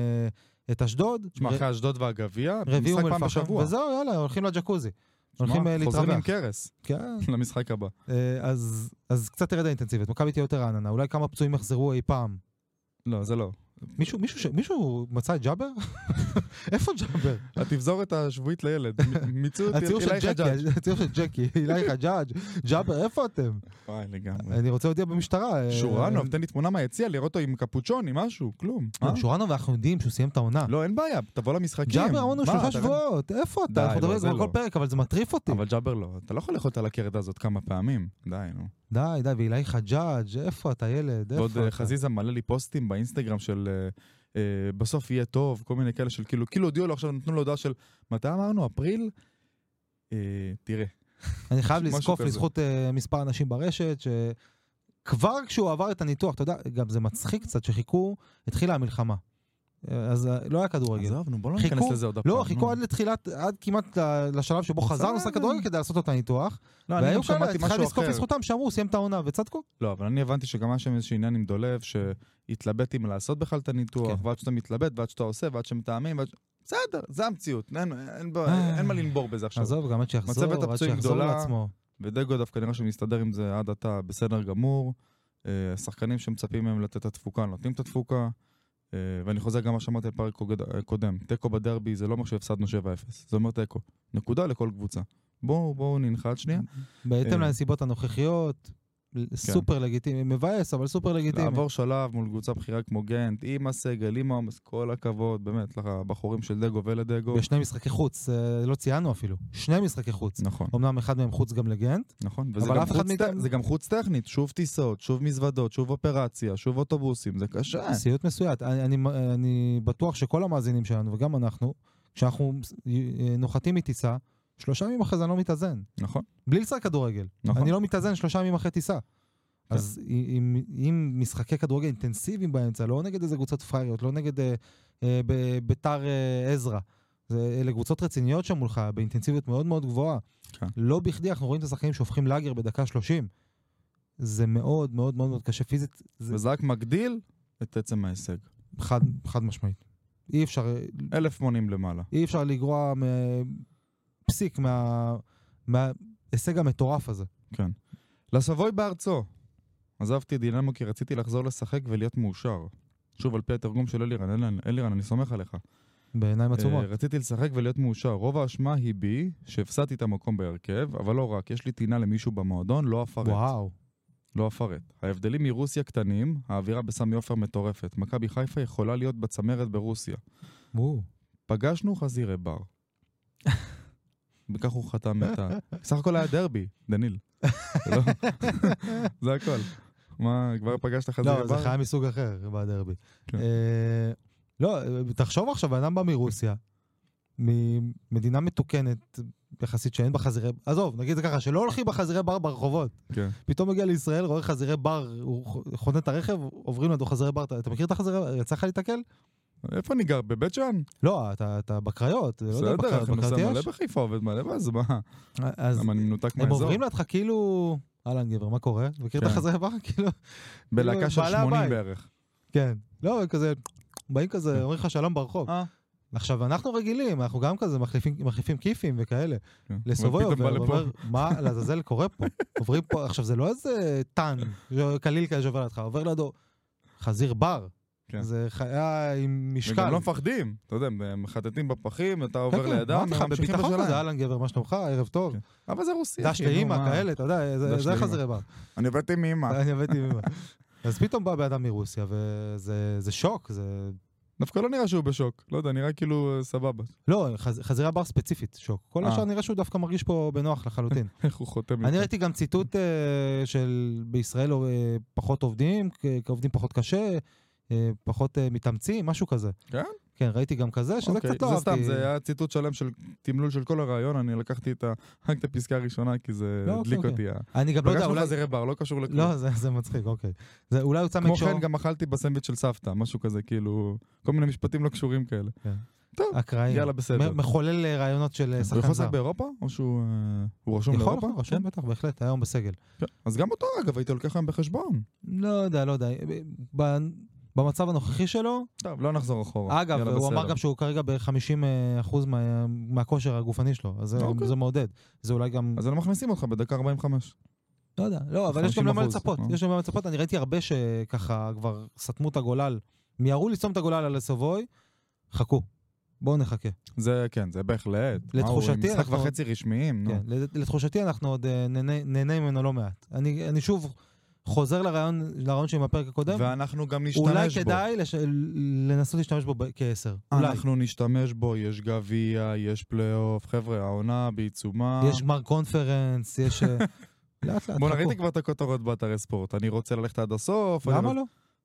Speaker 2: את אשדוד,
Speaker 1: תשמע,
Speaker 2: ר-
Speaker 1: אחרי אשדוד והגביע,
Speaker 2: רביעי
Speaker 1: משחק
Speaker 2: אום
Speaker 1: פעם
Speaker 2: אל-פחם,
Speaker 1: בשבוע.
Speaker 2: וזהו, יאללה, הולכים לג'קוזי.
Speaker 1: תשמע,
Speaker 2: הולכים אה,
Speaker 1: חוזרים עם
Speaker 2: להתרווח.
Speaker 1: קרס
Speaker 2: כן,
Speaker 1: למשחק הבא.
Speaker 2: אה, אז- אז קצת תרד האינטנסיביות, מכבי תהיה יותר רעננה, אולי כמה פצועים יחזרו אי פעם.
Speaker 1: לא, זה לא.
Speaker 2: מישהו- מישהו ש- מישהו מצא את ג'אבר? איפה ג'אבר?
Speaker 1: התפזורת השבועית לילד. מ- מיצו את
Speaker 2: הציור של
Speaker 1: אילי
Speaker 2: ג'קי,
Speaker 1: חג'אג'.
Speaker 2: הציור של ג'קי, אילי חג'אג', ג'אבר, איפה אתם?
Speaker 1: וואי, לגמרי.
Speaker 2: אני רוצה להודיע במשטרה. אה,
Speaker 1: שורנוב, תן לי תמונה מהיציע, לראות אותו עם קפוצ'וני, משהו, כלום.
Speaker 2: לא,
Speaker 1: אה?
Speaker 2: שורנוב, אנחנו יודעים שהוא סיים את העונה.
Speaker 1: לא, אין בעיה, תבוא למשחקים.
Speaker 2: ג'אבר אמרנו
Speaker 1: מה,
Speaker 2: שלושה
Speaker 1: אתה-
Speaker 2: שבועות, איפה
Speaker 1: די,
Speaker 2: אתה? אנחנו
Speaker 1: לא,
Speaker 2: מדברים על
Speaker 1: זה
Speaker 2: זה בכל
Speaker 1: לא.
Speaker 2: פרק, אבל זה מטריף אותי.
Speaker 1: אבל ג'אבר לא, אתה לא יכול לאכול על הקרדה הזאת כמה פעמים. די, נו.
Speaker 2: די, די, ואילי חג'אג', איפה אתה ילד?
Speaker 1: ועוד
Speaker 2: איפה
Speaker 1: אה,
Speaker 2: אתה?
Speaker 1: חזיזה מלא לי פוסטים באינסטגרם של אה, אה, בסוף יהיה טוב, כל מיני כאלה של כאילו, כאילו הודיעו לו עכשיו, נתנו לו הודעה של מתי אמרנו? אפריל? אה, תראה.
Speaker 2: אני חייב
Speaker 1: משהו
Speaker 2: לזקוף
Speaker 1: כזה.
Speaker 2: לזכות אה, מספר אנשים ברשת, שכבר כשהוא עבר את הניתוח, אתה יודע, גם זה מצחיק קצת, שחיכו, התחילה המלחמה. אז אה, לא היה כדורגל.
Speaker 1: עזוב, נו, בוא לא
Speaker 2: חיכו-
Speaker 1: ניכנס לזה עוד הפעם.
Speaker 2: לא,
Speaker 1: נו.
Speaker 2: חיכו עד לתחילת, עד כמעט ל- לשלב שבו חזרנו לשחק
Speaker 1: בסדר.
Speaker 2: כדורגל כדי לעשות את הניתוח.
Speaker 1: לא, אני
Speaker 2: והיו
Speaker 1: גם
Speaker 2: כאלה,
Speaker 1: שמעתי
Speaker 2: אתה חייב
Speaker 1: משהו
Speaker 2: לזכור
Speaker 1: אחר.
Speaker 2: לזכותם שאמרו, הוא סיים את העונה, וצדקו.
Speaker 1: לא, אבל אני הבנתי שגם היה שם איזשהו עניין עם דולב, שהתלבט אם לעשות בכלל את הניתוח,
Speaker 2: כן.
Speaker 1: ועד שאתה מתלבט, ועד שאתה עושה, ועד שמתאמים, ועד... ש- בסדר, זה המציאות, אין- אין בו-
Speaker 2: אה.
Speaker 1: אין מה לנבור בזה עכשיו.
Speaker 2: עזוב, גם עד
Speaker 1: מצבת
Speaker 2: שיחזור, עד
Speaker 1: הפצועים
Speaker 2: שיחזור
Speaker 1: גדולה.
Speaker 2: לעצמו.
Speaker 1: ודגו דווקא נראה שמסתדר עם זה עד עתה בסדר גמור. אה, השחקנים שמצפים מהם לתת את התפוקה, נותנים את התפוקה. אה, ואני חוזר גם מה שאמרתי על פרק קוגד- אה, קודם, תיקו בדרבי זה לא אומר שהפסדנו 7-0, זה אומר תיקו. נקודה לכל קבוצה. בואו בואו ננחת שנייה,
Speaker 2: בהתאם
Speaker 1: אה.
Speaker 2: לנסיבות הנוכחיות, סופר לגיטימי, מבאס, אבל סופר לגיטימי.
Speaker 1: לעבור שלב מול קבוצה בכירה כמו גנט, עם הסגל, עם העומס, כל הכבוד, באמת, לך, הבחורים של דגו ולדגו.
Speaker 2: בשני משחקי חוץ, אה, לא ציינו אפילו, שני משחקי חוץ.
Speaker 1: נכון,
Speaker 2: אמנם אחד מהם חוץ גם לגנט,
Speaker 1: נכון, וזה
Speaker 2: אבל
Speaker 1: גם,
Speaker 2: אף אחד
Speaker 1: חוץ,
Speaker 2: מאיתם-
Speaker 1: זה גם חוץ טכנית, שוב טיסות, שוב מזוודות, שוב אופרציה, שוב אוטובוסים, זה קשה.
Speaker 2: סיוט מסויט. אני, אני, אני בטוח שכל המאזינים שלנו, וגם אנחנו, כשאנחנו אה, נוחתים מטיסה, שלושה ימים אחרי זה אני לא מתאזן.
Speaker 1: נכון,
Speaker 2: בלי לשחק כדורגל.
Speaker 1: נכון. כן.
Speaker 2: אני לא מתאזן שלושה ימים אחרי טיסה. אז אם, אם משחקי כדורגל אינטנסיביים באמצע, לא נגד איזה קבוצות פראיות, לא נגד אה, אה, ב- ביתר אה, עזרא. זה, אלה קבוצות רציניות שם מולך, באינטנסיביות מאוד מאוד גבוהה.
Speaker 1: כן.
Speaker 2: לא בכדי אנחנו רואים את השחקנים שהופכים לאגר בדקה 30. זה מאוד מאוד מאוד מאוד קשה פיזית, זה
Speaker 1: וזה רק מגדיל את עצם ההישג.
Speaker 2: חד, חד משמעית. אי אפשר,
Speaker 1: אלף מונים למעלה.
Speaker 2: אי אפשר לגרוע מ- פסיק מה- מההישג המטורף הזה.
Speaker 1: כן. לסבוי בארצו. עזבתי דינמו כי רציתי לחזור לשחק ולהיות מאושר. שוב, על פי התרגום של אלירן, אלירן, אלירן אני סומך עליך.
Speaker 2: בעיניים עצומות.
Speaker 1: אה, רציתי לשחק ולהיות מאושר. רוב האשמה היא בי, שהפסדתי את המקום בהרכב, אבל לא רק, יש לי טינה למישהו במועדון, לא אפרט.
Speaker 2: וואו.
Speaker 1: לא אפרט. ההבדלים מרוסיה קטנים, האווירה בסמי עופר מטורפת. מכבי חיפה יכולה להיות בצמרת ברוסיה.
Speaker 2: וואו.
Speaker 1: פגשנו חזירי בר. וכך הוא חתם את ה... בסך הכל היה דרבי, דניל. זה לא- זה הכל. מה, כבר פגשת חזירי
Speaker 2: לא, זה
Speaker 1: בר?
Speaker 2: חיה מסוג אחר בדרבי.
Speaker 1: כן.
Speaker 2: אה, לא, אה, תחשוב עכשיו, בן אדם בא מרוסיה, ממדינה מתוקנת יחסית שאין בה חזירי, עזוב, נגיד זה ככה, שלא הולכים בחזירי בר ברחובות.
Speaker 1: כן.
Speaker 2: פתאום מגיע לישראל, רואה חזירי בר, הוא ח- חונה את הרכב, עוברים לידו חזירי בר, אתה אתה מכיר את החזירי בר? יצא לך להתקל?
Speaker 1: איפה אני גר? בבית שאן?
Speaker 2: לא, אתה- אתה בקריות, לא יודע,
Speaker 1: בסדר,
Speaker 2: בקריות,
Speaker 1: אני נוסע
Speaker 2: בקריות
Speaker 1: מלא
Speaker 2: יש? אה,
Speaker 1: בחיפה, עובד מלא באז, מה?
Speaker 2: אז
Speaker 1: למה אני מנותק
Speaker 2: הם
Speaker 1: מהאזור?
Speaker 2: עוברים לידך כאילו, אהלן גבר, מה קורה? מכיר את
Speaker 1: כן.
Speaker 2: החזירי בר? כאילו,
Speaker 1: בלהקה של
Speaker 2: בעלי
Speaker 1: 80
Speaker 2: הבית.
Speaker 1: בערך.
Speaker 2: כן. לא, הם כזה, באים
Speaker 1: כן.
Speaker 2: כזה, אומרים לך שלום ברחוב. עכשיו, אנחנו רגילים, אנחנו גם כזה מחליפים, מחליפים כיפים וכאלה.
Speaker 1: כן.
Speaker 2: לסובוי
Speaker 1: ופתאום בא
Speaker 2: עובר,
Speaker 1: לפה.
Speaker 2: ואומר, מה לעזאזל קורה פה? עוברים פה, עכשיו, זה לא איזה טאן, קליל כזה שעובר לידך, עובר לידו חזיר בר.
Speaker 1: כן.
Speaker 2: זה חיה עם משקל.
Speaker 1: וגם לא מפחדים, אתה יודע, הם מחטטים בפחים, אתה
Speaker 2: כן,
Speaker 1: עובר
Speaker 2: כן,
Speaker 1: לידם,
Speaker 2: אמרתי לך,
Speaker 1: הם ממשיכים
Speaker 2: בביטחון כזה,
Speaker 1: בשלהם.
Speaker 2: אהלן גבר, מה שלומך? ערב טוב.
Speaker 1: כן. אבל זה רוסי.
Speaker 2: דש
Speaker 1: אחי, נו,
Speaker 2: לאימא,
Speaker 1: מה?
Speaker 2: כאלה, אה. אתה יודע, זה-
Speaker 1: דש
Speaker 2: זה
Speaker 1: לאמא. אה.
Speaker 2: חזירי בר.
Speaker 1: אני הבאתי מאמא.
Speaker 2: אני הבאתי מאמא. אז פתאום בא בן אדם מרוסיה, וזה זה שוק, זה...
Speaker 1: דווקא לא נראה שהוא בשוק, לא יודע, נראה כאילו אה, סבבה.
Speaker 2: לא, חז- חזירי הבר ספציפית, שוק. כל
Speaker 1: אה.
Speaker 2: השאר נראה שהוא דווקא מרגיש פה בנוח לחלוטין.
Speaker 1: איך הוא חותם.
Speaker 2: אני
Speaker 1: איתו.
Speaker 2: ראיתי גם ציטוט אה, של בישראל אה, פחות עובדים, כ- עובדים פחות קשה, אה, פחות אה, מתאמצים, משהו כזה.
Speaker 1: כן?
Speaker 2: כן, ראיתי גם כזה, שזה
Speaker 1: אוקיי,
Speaker 2: קצת לא
Speaker 1: זה סתם,
Speaker 2: אהבתי.
Speaker 1: זה היה ציטוט שלם של תמלול של כל הרעיון, אני לקחתי את ה... רק את הפסקה הראשונה, כי זה
Speaker 2: לא,
Speaker 1: הדליק
Speaker 2: אוקיי,
Speaker 1: אותי. ה-
Speaker 2: אני גם לא יודע,
Speaker 1: פגשנו
Speaker 2: אולי...
Speaker 1: חזירי בר, לא קשור לכלום.
Speaker 2: לא, זה זה מצחיק, אוקיי. זה אולי הוצא
Speaker 1: כמו
Speaker 2: מקשור.
Speaker 1: כן, גם אכלתי בסנדוויץ' של סבתא, משהו כזה, כאילו, כל מיני משפטים לא קשורים כאלה.
Speaker 2: הקרעים.
Speaker 1: יאללה, בסדר.
Speaker 2: מ- מחולל אה, רעיונות של אה,
Speaker 1: הוא יכול
Speaker 2: שחקן זר.
Speaker 1: לשחק באירופה? או שהוא אה, הוא רשום כן.
Speaker 2: יכול, כן,
Speaker 1: לאירופה?
Speaker 2: יכול, רשום בטח, בהחלט, היום בסגל.
Speaker 1: כן. אז גם אותו, אגב, הייתי לוקח היום בחשבון.
Speaker 2: לא יודע, לא יודע. ב- ב- במצב הנוכחי שלו,
Speaker 1: טוב, לא נחזור אחורה.
Speaker 2: אגב,
Speaker 1: יאללה,
Speaker 2: הוא
Speaker 1: בסדר.
Speaker 2: אמר גם שהוא כרגע ב-50% מהכושר הגופני שלו, אז זה-
Speaker 1: אוקיי.
Speaker 2: זה מעודד. זה אולי גם...
Speaker 1: אז הם מכניסים אותך בדקה 45.
Speaker 2: לא יודע, לא, אבל יש גם
Speaker 1: 50%,
Speaker 2: למה לצפות,
Speaker 1: נו.
Speaker 2: יש גם למה לצפות, אני ראיתי הרבה שככה כבר סתמו את הגולל, מיהרו לסתום את הגולל על הסובוי, חכו, בואו נחכה.
Speaker 1: זה, כן, זה בהחלט. מה, הוא עם
Speaker 2: לתחושתי,
Speaker 1: משחק
Speaker 2: אנחנו-
Speaker 1: וחצי רשמיים, נו.
Speaker 2: כן, לת- לתחושתי אנחנו עוד אה, נהנה- נהנה ממנו לא מעט. אני אני שוב חוזר לרעיון לרעיון שלי מהפרק הקודם,
Speaker 1: ואנחנו גם נשתמש בו. אה,
Speaker 2: אולי כדאי לש- לנסות להשתמש בו ב- כעשר, אולי.
Speaker 1: אנחנו נשתמש בו, יש גביע, יש פלייאוף, חבר'ה, העונה בעיצומה.
Speaker 2: יש גמר קונפרנס, יש... אה, לאט לאט,
Speaker 1: בוא
Speaker 2: חכו.
Speaker 1: נראיתי כבר את הכותרות באתרי ספורט, אני רוצה ללכת עד הסוף. אני
Speaker 2: למה
Speaker 1: אומר,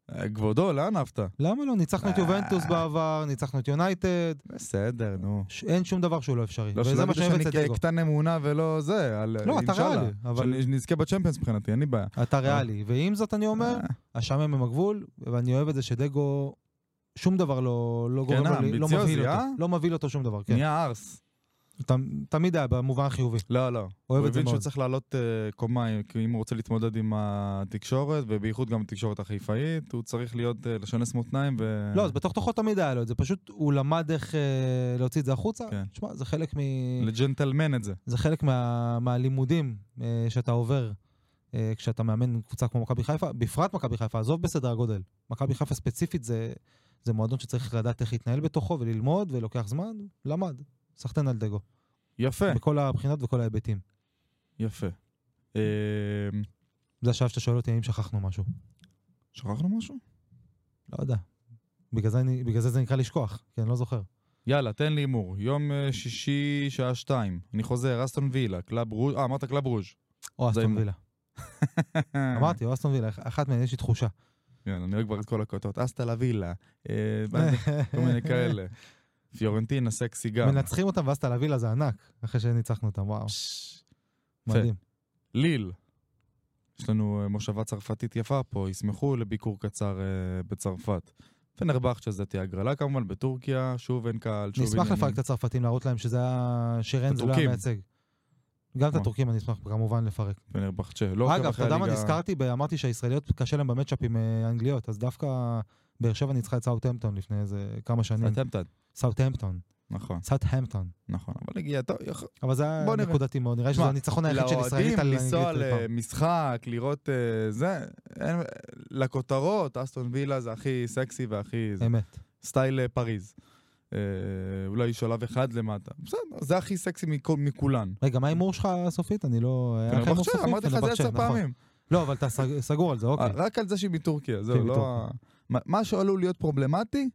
Speaker 2: לא?
Speaker 1: "אה, כבודו, לאן עפת?
Speaker 2: למה לא? ניצחנו
Speaker 1: אה.
Speaker 2: את יובנטוס בעבר, ניצחנו את יונייטד,
Speaker 1: בסדר, נו.
Speaker 2: ש- אין שום דבר שהוא לא אפשרי.
Speaker 1: לא
Speaker 2: וזה
Speaker 1: שלא
Speaker 2: מה
Speaker 1: יגידו
Speaker 2: שאני אוהב
Speaker 1: שאני
Speaker 2: אצל דגו.
Speaker 1: קטן אמונה ולא זה, על
Speaker 2: לא, אתה
Speaker 1: אינשאללה.
Speaker 2: ריאלי, אבל
Speaker 1: שנזכה בצ'מפיונס מבחינתי, אין לי בעיה. אה.
Speaker 2: אתה ריאלי. ועם זאת אני אומר, השמיים הם הגבול, ואני אוהב את זה שדגו שום דבר לא, לא גורם לו,
Speaker 1: אמביציוזי,
Speaker 2: לא מבהיל
Speaker 1: אה?
Speaker 2: אותו. לא מבהיל אותו שום דבר, כן.
Speaker 1: נהיה ארס.
Speaker 2: ת, תמיד היה במובן החיובי.
Speaker 1: לא, לא.
Speaker 2: אוהב
Speaker 1: הוא
Speaker 2: את זה
Speaker 1: הבין שהוא
Speaker 2: מאוד.
Speaker 1: צריך לעלות אה, קומה, אם- כי אם הוא רוצה להתמודד עם התקשורת, ובייחוד גם התקשורת החיפאית, הוא צריך להיות אה, לשונס מותניים ו...
Speaker 2: לא, אז בתוך תוכו תמיד היה לו את זה, פשוט הוא למד איך אה, להוציא את זה החוצה.
Speaker 1: כן.
Speaker 2: תשמע, זה חלק מ...
Speaker 1: לג'נטלמן את זה.
Speaker 2: זה חלק מה, מהלימודים אה, שאתה עובר אה, כשאתה מאמן קבוצה כמו מכבי חיפה, בפרט מכבי חיפה, עזוב בסדר הגודל. מכבי חיפה ספציפית זה, זה מועדון שצריך לדעת איך להתנהל בתוכו וללמוד, ולוקח זמן, למד. סחטיין על דגו.
Speaker 1: יפה,
Speaker 2: בכל הבחינות וכל ההיבטים.
Speaker 1: יפה. אה,
Speaker 2: זה השלב שאתה שואל אותי האם שכחנו משהו.
Speaker 1: שכחנו משהו?
Speaker 2: לא יודע. בגלל זה, אני, בגלל זה זה נקרא לשכוח, כי אני לא זוכר.
Speaker 1: יאללה, תן לי הימור. יום אה, שישי, שעה שתיים. אני חוזר, אסטון וילה, קלאב רוז', אה, אמרת קלאב רוז'.
Speaker 2: או
Speaker 1: זה אה.
Speaker 2: אסטון
Speaker 1: אם-
Speaker 2: וילה. אמרתי, או אסטון וילה, אח- אחת מהן, יש לי תחושה.
Speaker 1: כן, אני רואה כבר את כל הכותות. אסטה לה וילה. אה, כל מיני כאלה. פיורנטינה סקסי גם.
Speaker 2: מנצחים אותם ואז תל אבילה זה ענק, אחרי שניצחנו אותם, וואו,
Speaker 1: פש. יפה.
Speaker 2: מדהים.
Speaker 1: ליל. יש לנו אה, מושבה צרפתית יפה פה, ישמחו לביקור קצר אה, בצרפת. פנרבכצ'ה זה תהיה הגרלה כמובן, בטורקיה, שוב אין קהל, שוב
Speaker 2: נשמח לפרק את הצרפתים, להראות להם שזה היה שירן, זה לא
Speaker 1: הטורקים.
Speaker 2: היה מייצג. גם את
Speaker 1: מה?
Speaker 2: הטורקים אני אשמח כמובן לפרק.
Speaker 1: פנרבכצ'ה, לא
Speaker 2: אגב,
Speaker 1: עוקב
Speaker 2: אתה
Speaker 1: אחרי
Speaker 2: יודע מה
Speaker 1: הליגה-
Speaker 2: נזכרתי? ב- אמרתי שהישראליות קשה להם במצ'אפים אה, אנגליות, אז דווקא באר שבע ניצחה את סאוטהמפטון לפני איזה כמה שנים.
Speaker 1: סאוטהמפטון.
Speaker 2: סאוטהמפטון.
Speaker 1: נכון,
Speaker 2: סאוטהמפטון.
Speaker 1: נכון, אבל הגיע, טוב, יכול-
Speaker 2: אבל זה היה
Speaker 1: בוא נראה.
Speaker 2: נקודתי מאוד, נראה שזה
Speaker 1: שמע,
Speaker 2: הניצחון היחיד של
Speaker 1: לאוהדים
Speaker 2: ישראלית על
Speaker 1: לנסוע
Speaker 2: אנגלית. אי פעם.
Speaker 1: למשחק, לראות אה, זה, אין- לכותרות, אסטון וילה זה הכי סקסי והכי... זה.
Speaker 2: אמת.
Speaker 1: סטייל אה, פריז. אה, אולי שלב אחד למטה. בסדר, זה הכי סקסי מכל- מכולן.
Speaker 2: רגע, מה ההימור שלך סופית? אני לא... היה לך הימור
Speaker 1: פנרבכצ'ה,
Speaker 2: סופי?
Speaker 1: כן, אמרתי לך את זה
Speaker 2: פנרבחצ'ה,
Speaker 1: עשר
Speaker 2: נכון.
Speaker 1: פעמים. אה,
Speaker 2: לא, אבל אתה סג- סגור על זה, אוקיי.
Speaker 1: רק על זה שהיא מטורקיה,
Speaker 2: כן,
Speaker 1: זהו, לא... ה-
Speaker 2: מטורקיה.
Speaker 1: מה- מה שעלול להיות פרובלמטי,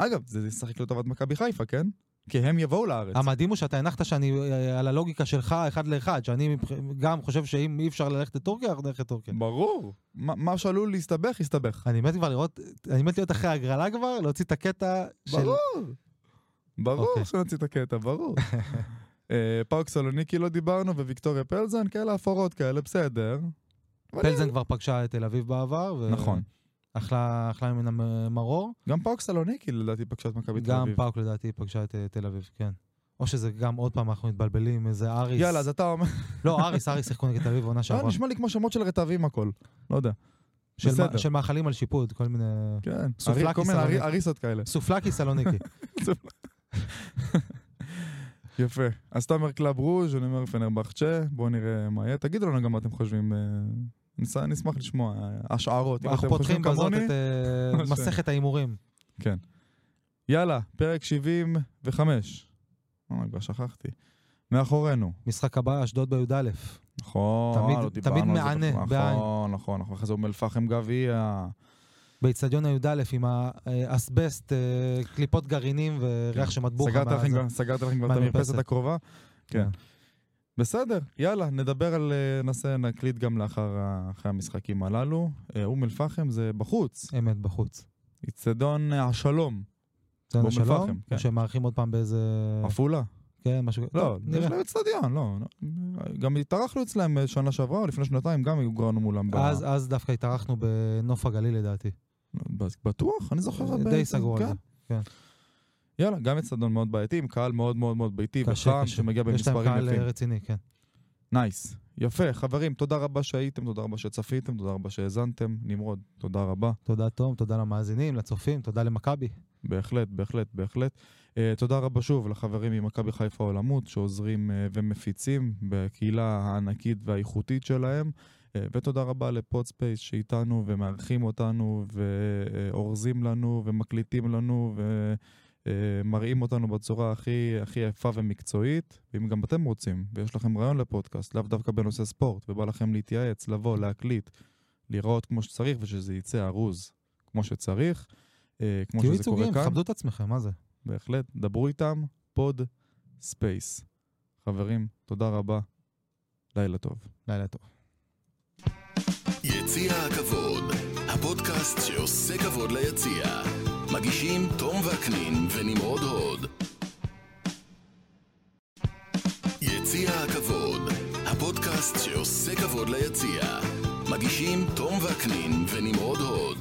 Speaker 1: אגב, זה ישחק לטובת מכבי חיפה, כן? כי הם יבואו לארץ.
Speaker 2: המדהים הוא שאתה הנחת שאני, אה, על הלוגיקה שלך, אחד לאחד, שאני מבח- גם חושב שאם אי אפשר ללכת לטורקיה, אנחנו נלך לטורקיה.
Speaker 1: ברור. כן. מה מה שעלול להסתבך, יסתבך.
Speaker 2: אני מת כבר לראות, אני מת להיות אחרי הגרלה כבר, להוציא את הקטע של...
Speaker 1: ברור. ברור
Speaker 2: אוקיי.
Speaker 1: שנוציא את הקטע, ברור. אה, פארק סלוניקי לא דיברנו, וויקטוריה פלזן, כאלה הפרות כאלה, בסדר.
Speaker 2: פלזן כבר פגשה את תל אביב בעבר, ו...
Speaker 1: נכון.
Speaker 2: אכלה אכלה ממנה מ- מרור,
Speaker 1: גם פארק סלוניקי לדעתי פגשה את מכבי תל
Speaker 2: גם
Speaker 1: אביב.
Speaker 2: פאוק לדעתי פגשה את אה, תל אביב, כן. או שזה גם עוד פעם אנחנו מתבלבלים, איזה אריס.
Speaker 1: יאללה, אז אתה אומר...
Speaker 2: לא, אריס, אריס שיחקו נגד תל אביב בעונה
Speaker 1: לא,
Speaker 2: שעברה.
Speaker 1: נשמע לי כמו שמות של רטבים הכל. לא יודע.
Speaker 2: של
Speaker 1: בסדר.
Speaker 2: מה- של מאכלים על שיפוד, כל מיני...
Speaker 1: כן.
Speaker 2: סופלקי,
Speaker 1: ארי- כל מיני
Speaker 2: סלוניקי.
Speaker 1: ארי- אריסות כאלה.
Speaker 2: סופלקי סלוניקי.
Speaker 1: יפה. אז אתה אומר קלאב רוז', אני אומר פנרבחצ'ה, בואו נראה מה יהיה. תגידו לנו גם מה אתם חושבים. אה, נס- נשמח לשמוע אה, השערות. אם
Speaker 2: אנחנו
Speaker 1: אתם חושבים
Speaker 2: פותחים בזאת
Speaker 1: כמוני.
Speaker 2: את אה,
Speaker 1: או ש-
Speaker 2: מסכת ההימורים.
Speaker 1: יאללה, פרק 75. אה, כבר שכחתי. מאחורינו.
Speaker 2: משחק הבא, אשדוד בי"א.
Speaker 1: נכון,
Speaker 2: תמיד-
Speaker 1: לא דיברנו
Speaker 2: תמיד
Speaker 1: על זה.
Speaker 2: מענה,
Speaker 1: נכון,
Speaker 2: בעין.
Speaker 1: נכון, נכון. אחרי זה אום אל-פחם גביע.
Speaker 2: באיצטדיון הי"א עם האסבסט, אה, קליפות גרעינים וריח של מטבוחה.
Speaker 1: כן. סגרת
Speaker 2: מה-
Speaker 1: לכם
Speaker 2: זה-
Speaker 1: גם- סגרת לכם כבר את
Speaker 2: מהמרפסת.
Speaker 1: המרפסת הקרובה? כן. בסדר, יאללה, נדבר על... אה, נעשה, נקליט גם לאחר ה- אחרי המשחקים הללו. אה, אום אל-פחם זה בחוץ.
Speaker 2: אמת, בחוץ.
Speaker 1: אצטדיון השלום.
Speaker 2: אצטדיון
Speaker 1: באום
Speaker 2: השלום,
Speaker 1: אל-פחם, כן.
Speaker 2: או שמארחים עוד פעם באיזה...
Speaker 1: עפולה.
Speaker 2: כן, משהו...
Speaker 1: לא,
Speaker 2: טוב,
Speaker 1: יש
Speaker 2: נראה.
Speaker 1: להם אצטדיון, לא. לא. גם התארחנו אצלם אה, שנה שעברה, או לפני שנתיים, גם גרנו מולם. ב-
Speaker 2: אז- אז דווקא התארחנו בנוף הגליל לדעתי.
Speaker 1: ב- בטוח? אני זוכר. הרבה-
Speaker 2: די סגור על
Speaker 1: כן.
Speaker 2: זה.
Speaker 1: יאללה, גם אצטדיון מאוד בעייתי, עם קהל מאוד מאוד מאוד ביתי
Speaker 2: קשה,
Speaker 1: וחם,
Speaker 2: קשה.
Speaker 1: שמגיע
Speaker 2: יש להם
Speaker 1: במספרים
Speaker 2: קהל
Speaker 1: יפים.
Speaker 2: אה, רציני, כן.
Speaker 1: נייס. יפה, חברים, תודה רבה שהייתם, תודה רבה שצפיתם, תודה רבה שהאזנתם. נמרוד, תודה רבה.
Speaker 2: תודה, תום, תודה למאזינים, לצופים, תודה למכבי.
Speaker 1: בהחלט, בהחלט, בהחלט. Uh, תודה רבה שוב לחברים ממכבי חיפה עולמות שעוזרים uh, ומפיצים בקהילה הענקית והאיכותית שלהם. Uh, ותודה רבה לפודספייס שאיתנו ומארחים אותנו ואורזים לנו ומקליטים לנו ומראים אותנו בצורה הכי, הכי יפה ומקצועית. ואם גם אתם רוצים ויש לכם רעיון לפודקאסט, לאו דווקא בנושא ספורט, ובא לכם להתייעץ, לבוא, להקליט, להיראות כמו שצריך ושזה יצא ארוז כמו שצריך. אה, כמו
Speaker 2: תהיו
Speaker 1: שזה קורה
Speaker 2: ייצוגיים,
Speaker 1: כאן.
Speaker 2: תכבדו את עצמכם, מה זה?
Speaker 1: בהחלט, דברו איתם, פוד ספייס. חברים, תודה רבה, לילה טוב.
Speaker 2: לילה טוב.
Speaker 3: יציע הכבוד, הפודקאסט שעושה כבוד ליציע. מגישים תום וקנין ונמרוד הוד. יציע הכבוד, הפודקאסט שעושה כבוד ליציע. מגישים תום וקנין ונמרוד הוד.